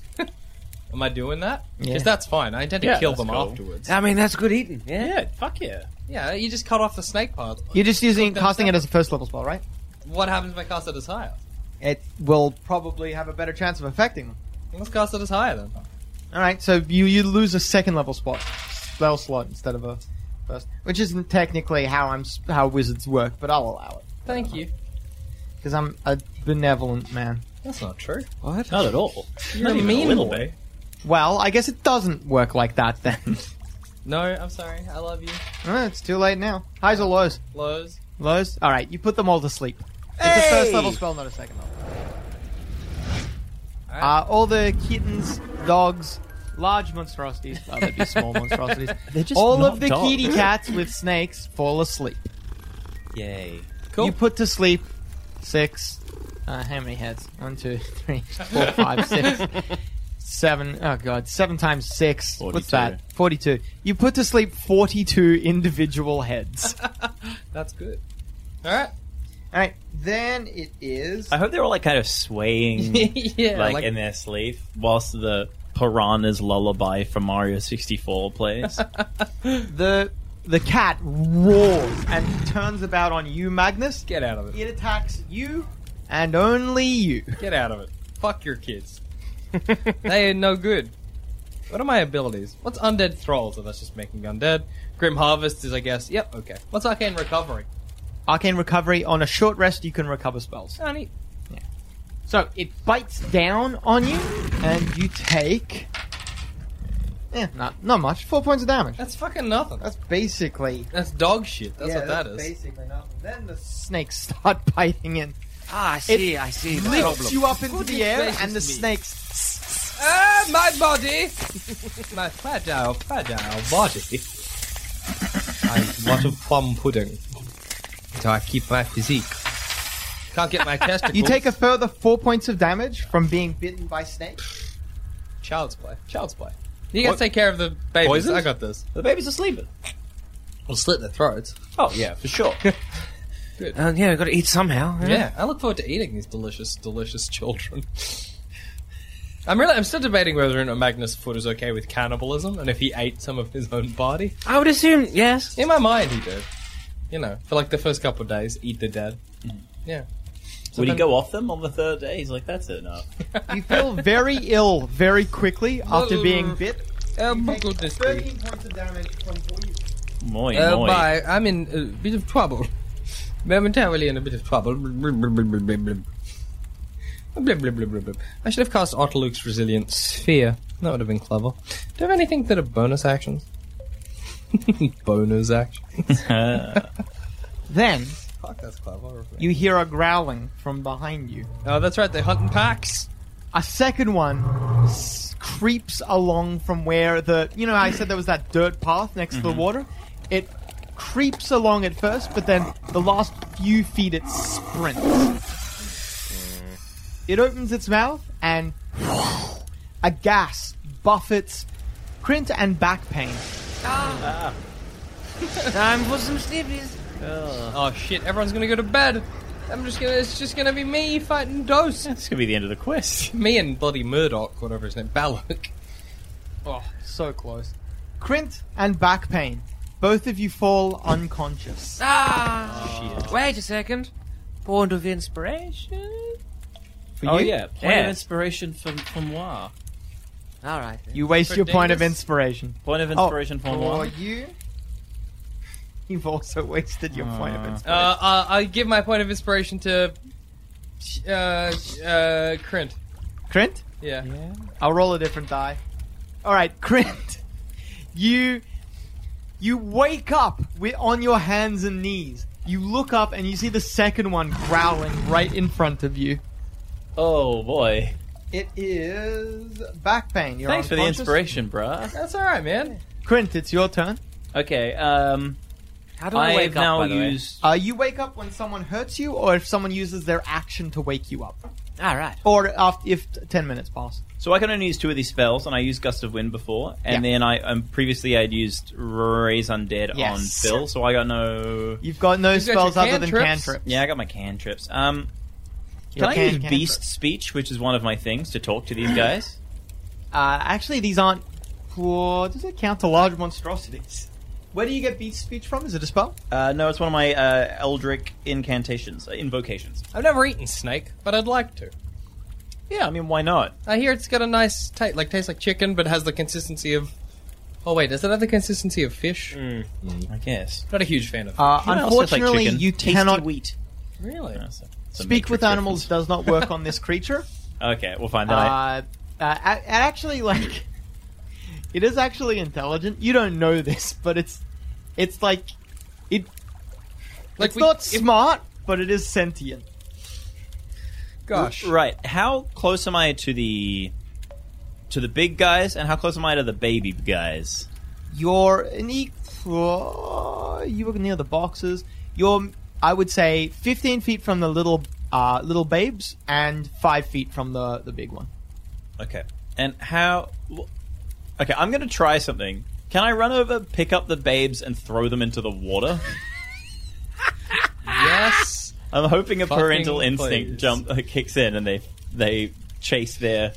Speaker 4: Am I doing that? Because
Speaker 2: Yeah.
Speaker 4: that's fine. I intend to
Speaker 3: Yeah,
Speaker 4: kill
Speaker 3: that's
Speaker 4: them
Speaker 3: cool.
Speaker 4: afterwards.
Speaker 5: I mean, that's good eating. Yeah.
Speaker 3: yeah, fuck yeah.
Speaker 4: Yeah, you just cut off the snake part.
Speaker 2: You're just using
Speaker 4: them
Speaker 2: casting it as a first level spell, right?
Speaker 4: What happens if I cast it as higher?
Speaker 2: It will probably have a better chance of affecting them.
Speaker 4: Let's cast it as higher then.
Speaker 2: All right, so you you lose a second level spot, spell slot instead of a first, which isn't technically how I'm s- how wizards work, but I'll allow it
Speaker 4: Thank you.
Speaker 2: because I'm a benevolent man.
Speaker 4: That's not true.
Speaker 3: Not at all.
Speaker 4: You're a
Speaker 3: even a
Speaker 4: mean
Speaker 3: little
Speaker 4: boy.
Speaker 3: bit.
Speaker 2: Well, I guess it doesn't work like that then.
Speaker 4: No, I'm sorry. I love you.
Speaker 2: Well, it's too late now. Highs or lows?
Speaker 4: Lows.
Speaker 2: Lows. All right, you put them all to sleep. It's a first level spell, not a second level. Uh, all the kittens, dogs, large monstrosities. Oh, they'd be small monstrosities.
Speaker 3: They're just
Speaker 2: all
Speaker 3: not
Speaker 2: of the
Speaker 3: dogs.
Speaker 2: kitty cats with snakes fall asleep.
Speaker 3: Yay.
Speaker 2: You put to sleep six. Uh, how many heads? One, two, three, four, five, six, seven. Oh god, seven times six. What's
Speaker 3: 42.
Speaker 2: that? Forty-two. You put to sleep forty-two individual heads. All
Speaker 4: That's good. All right.
Speaker 2: right, then it is.
Speaker 3: I
Speaker 4: Uh,
Speaker 3: hope they're all like kind of swaying
Speaker 4: yeah.
Speaker 3: like,
Speaker 4: Like,
Speaker 3: in their sleep whilst the piranha's lullaby from Mario 64 plays.
Speaker 2: The the cat roars and turns about on you, Magnus.
Speaker 4: get out of it.
Speaker 2: It attacks you and only you.
Speaker 4: Get out of it. Fuck your kids. they are no good. What are my abilities? What's undead thrall? So that's just making undead. Grim harvest is, I guess. Yep. Okay. What's arcane recovery?
Speaker 2: Arcane recovery on a short rest, you can recover spells.
Speaker 4: Oh, neat.
Speaker 2: So it bites down on you, and you take. Yeah, not not much. Four points of damage.
Speaker 4: That's fucking nothing.
Speaker 2: That's basically.
Speaker 4: That's dog shit. That's what that is.
Speaker 2: Basically nothing. Then the snakes start biting in,
Speaker 5: Ah, I see. I see. The
Speaker 2: lifts
Speaker 5: problem.
Speaker 2: you up into the air,
Speaker 4: gracious
Speaker 2: and the
Speaker 4: me.
Speaker 2: snakes.
Speaker 4: Ah, my body! my fragile, fragile body. I want a plum pudding. So I keep my physique. Can't get my testicles.
Speaker 2: You take a further four points of damage from being bitten by snakes.
Speaker 4: child's play. Child's play. You guys take care of the babies.
Speaker 8: Poisoned?
Speaker 4: I got this.
Speaker 3: The babies are sleeping.
Speaker 4: We'll slit their throats.
Speaker 3: Oh yeah, for sure.
Speaker 5: Um, yeah, we've got to eat somehow.
Speaker 4: Yeah. I look forward to eating these delicious, delicious children. I'm really, I'm still debating whether or not Magnus Foot is okay with cannibalism and if he ate some of his own body.
Speaker 5: I would assume, yes.
Speaker 4: In my mind, he did. You know, for like the first couple of days, eat the dead. Yeah.
Speaker 3: Would he go off them on the third day? He's like, that's enough.
Speaker 2: You feel very ill very quickly after being bit.
Speaker 4: Oh
Speaker 2: You
Speaker 4: my
Speaker 2: take
Speaker 4: goodness. me.
Speaker 2: 13 points of damage from all you-
Speaker 3: Moi,
Speaker 4: Uh,
Speaker 3: moi.
Speaker 4: bye. I'm in a bit of trouble. Momentarily in a bit of trouble. I should have cast Otterluke's Resilient Sphere. That would have been clever. Do you have anything that are bonus actions? bonus action.
Speaker 3: Uh,
Speaker 2: Then
Speaker 4: Fuck, that's clever.
Speaker 2: you hear a growling from behind you.
Speaker 4: Oh, that's right. They hunt in packs.
Speaker 2: A second one s- creeps along from where the you know I said there was that dirt path next to the water. It creeps along at first, but then the last few feet it sprints. It opens its mouth and a gas buffets Krint and back pain.
Speaker 5: Time for some snippies.
Speaker 4: Oh shit! Everyone's gonna go to bed. I'm just gonna. It's just gonna be me fighting Dose.
Speaker 3: That's gonna be the end of the quest.
Speaker 4: Me and bloody Murdoch, whatever his name, Balak.
Speaker 2: Oh, so close. Krint and back pain. Both of you fall unconscious.
Speaker 5: Ah, Wait a second. Point of inspiration?
Speaker 2: For
Speaker 8: Oh
Speaker 2: you,
Speaker 8: yeah, point
Speaker 5: Yeah.
Speaker 8: of inspiration from from Moir.
Speaker 5: Alright.
Speaker 2: you waste your point of
Speaker 4: Dingus?
Speaker 2: inspiration.
Speaker 3: Point of inspiration for
Speaker 2: Oh, for
Speaker 3: Moi.
Speaker 2: you. You've also wasted your point of inspiration.
Speaker 4: Uh, uh, I give my point of inspiration to uh, uh, Krint.
Speaker 2: Krint,
Speaker 4: Yeah.
Speaker 2: I'll roll a different die. All right, Krint, you you wake up with, on your hands and knees. You look up and you see the second one growling right in front of you.
Speaker 3: Oh boy.
Speaker 2: It is back pain. You're
Speaker 3: Thanks for the
Speaker 2: unconscious.
Speaker 3: inspiration, bruh.
Speaker 4: That's all right, man.
Speaker 2: Krint, it's your turn.
Speaker 3: Okay, um,
Speaker 5: How do I,
Speaker 3: I've
Speaker 5: wake up,
Speaker 3: now
Speaker 5: by the way?
Speaker 3: used.
Speaker 2: Uh, you wake up when someone hurts you, or if someone uses their action to wake you up,
Speaker 5: Alright.
Speaker 2: or after, if t- ten minutes pass.
Speaker 3: So I can only use two of these spells, and I used Gust of Wind before, and then I um, previously I'd used Raise Undead
Speaker 2: Yes.
Speaker 3: on Phil, so I got no.
Speaker 2: You've got no
Speaker 4: You've got
Speaker 2: spells
Speaker 4: your
Speaker 2: other than
Speaker 4: cantrips.
Speaker 2: cantrip.
Speaker 3: Yeah, I got my cantrips. Um, can
Speaker 2: Your
Speaker 3: I
Speaker 2: can-
Speaker 3: use
Speaker 2: cantrips.
Speaker 3: Beast Speech, which is one of my things, to talk to these guys?
Speaker 2: Uh, actually, these aren't. Whoa, does it count to large monstrosities? Where do you get beast speech from? Is it a spell?
Speaker 3: Uh, no, it's one of my uh, Eldric incantations, uh, invocations.
Speaker 4: I've never eaten snake, but I'd like to.
Speaker 3: Yeah, I mean, why not?
Speaker 4: I hear it's got a nice taste, like tastes like chicken, but has the consistency of. Oh wait, does it have the consistency of fish?
Speaker 3: I guess.
Speaker 4: Not a huge fan of.
Speaker 2: Uh,
Speaker 3: You know what else tastes like
Speaker 2: unfortunately,
Speaker 3: chicken?
Speaker 2: you
Speaker 3: Tasty
Speaker 2: cannot
Speaker 3: wheat.
Speaker 4: really.
Speaker 3: Yeah, it's a- it's a
Speaker 2: speak
Speaker 3: Matrix
Speaker 2: with animals.
Speaker 3: reference.
Speaker 2: Does not work on this creature.
Speaker 3: Okay, we'll find
Speaker 2: uh,
Speaker 3: that. out.
Speaker 2: uh, a- actually, like it is actually intelligent. You don't know this, but it's it's like it.
Speaker 4: Like
Speaker 2: it's
Speaker 4: we-
Speaker 2: not
Speaker 4: if-
Speaker 2: smart, but it is sentient.
Speaker 4: Gosh.
Speaker 3: Right. How close am I to the to the big guys, and how close am I to the baby guys?
Speaker 2: You're an equal. You were near the boxes. You're, I would say, 15 feet from the little uh, little babes and five feet from the the big one.
Speaker 3: Okay. And how? wh- Okay, I'm going to try something. Can I run over, pick up the babes, and throw them into the water?
Speaker 4: Yes.
Speaker 3: I'm hoping a
Speaker 4: Fucking
Speaker 3: parental instinct
Speaker 4: please.
Speaker 3: jump uh, kicks in, and they they chase their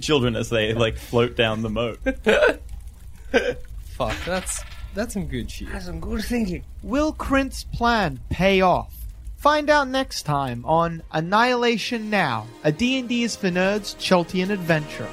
Speaker 3: children as they like float down the moat.
Speaker 4: Fuck. That's that's some good shit.
Speaker 5: That's some good thinking.
Speaker 2: Will Krint's plan pay off? Find out next time on Annihilation Now, a D&D is for nerds Cheltian adventure.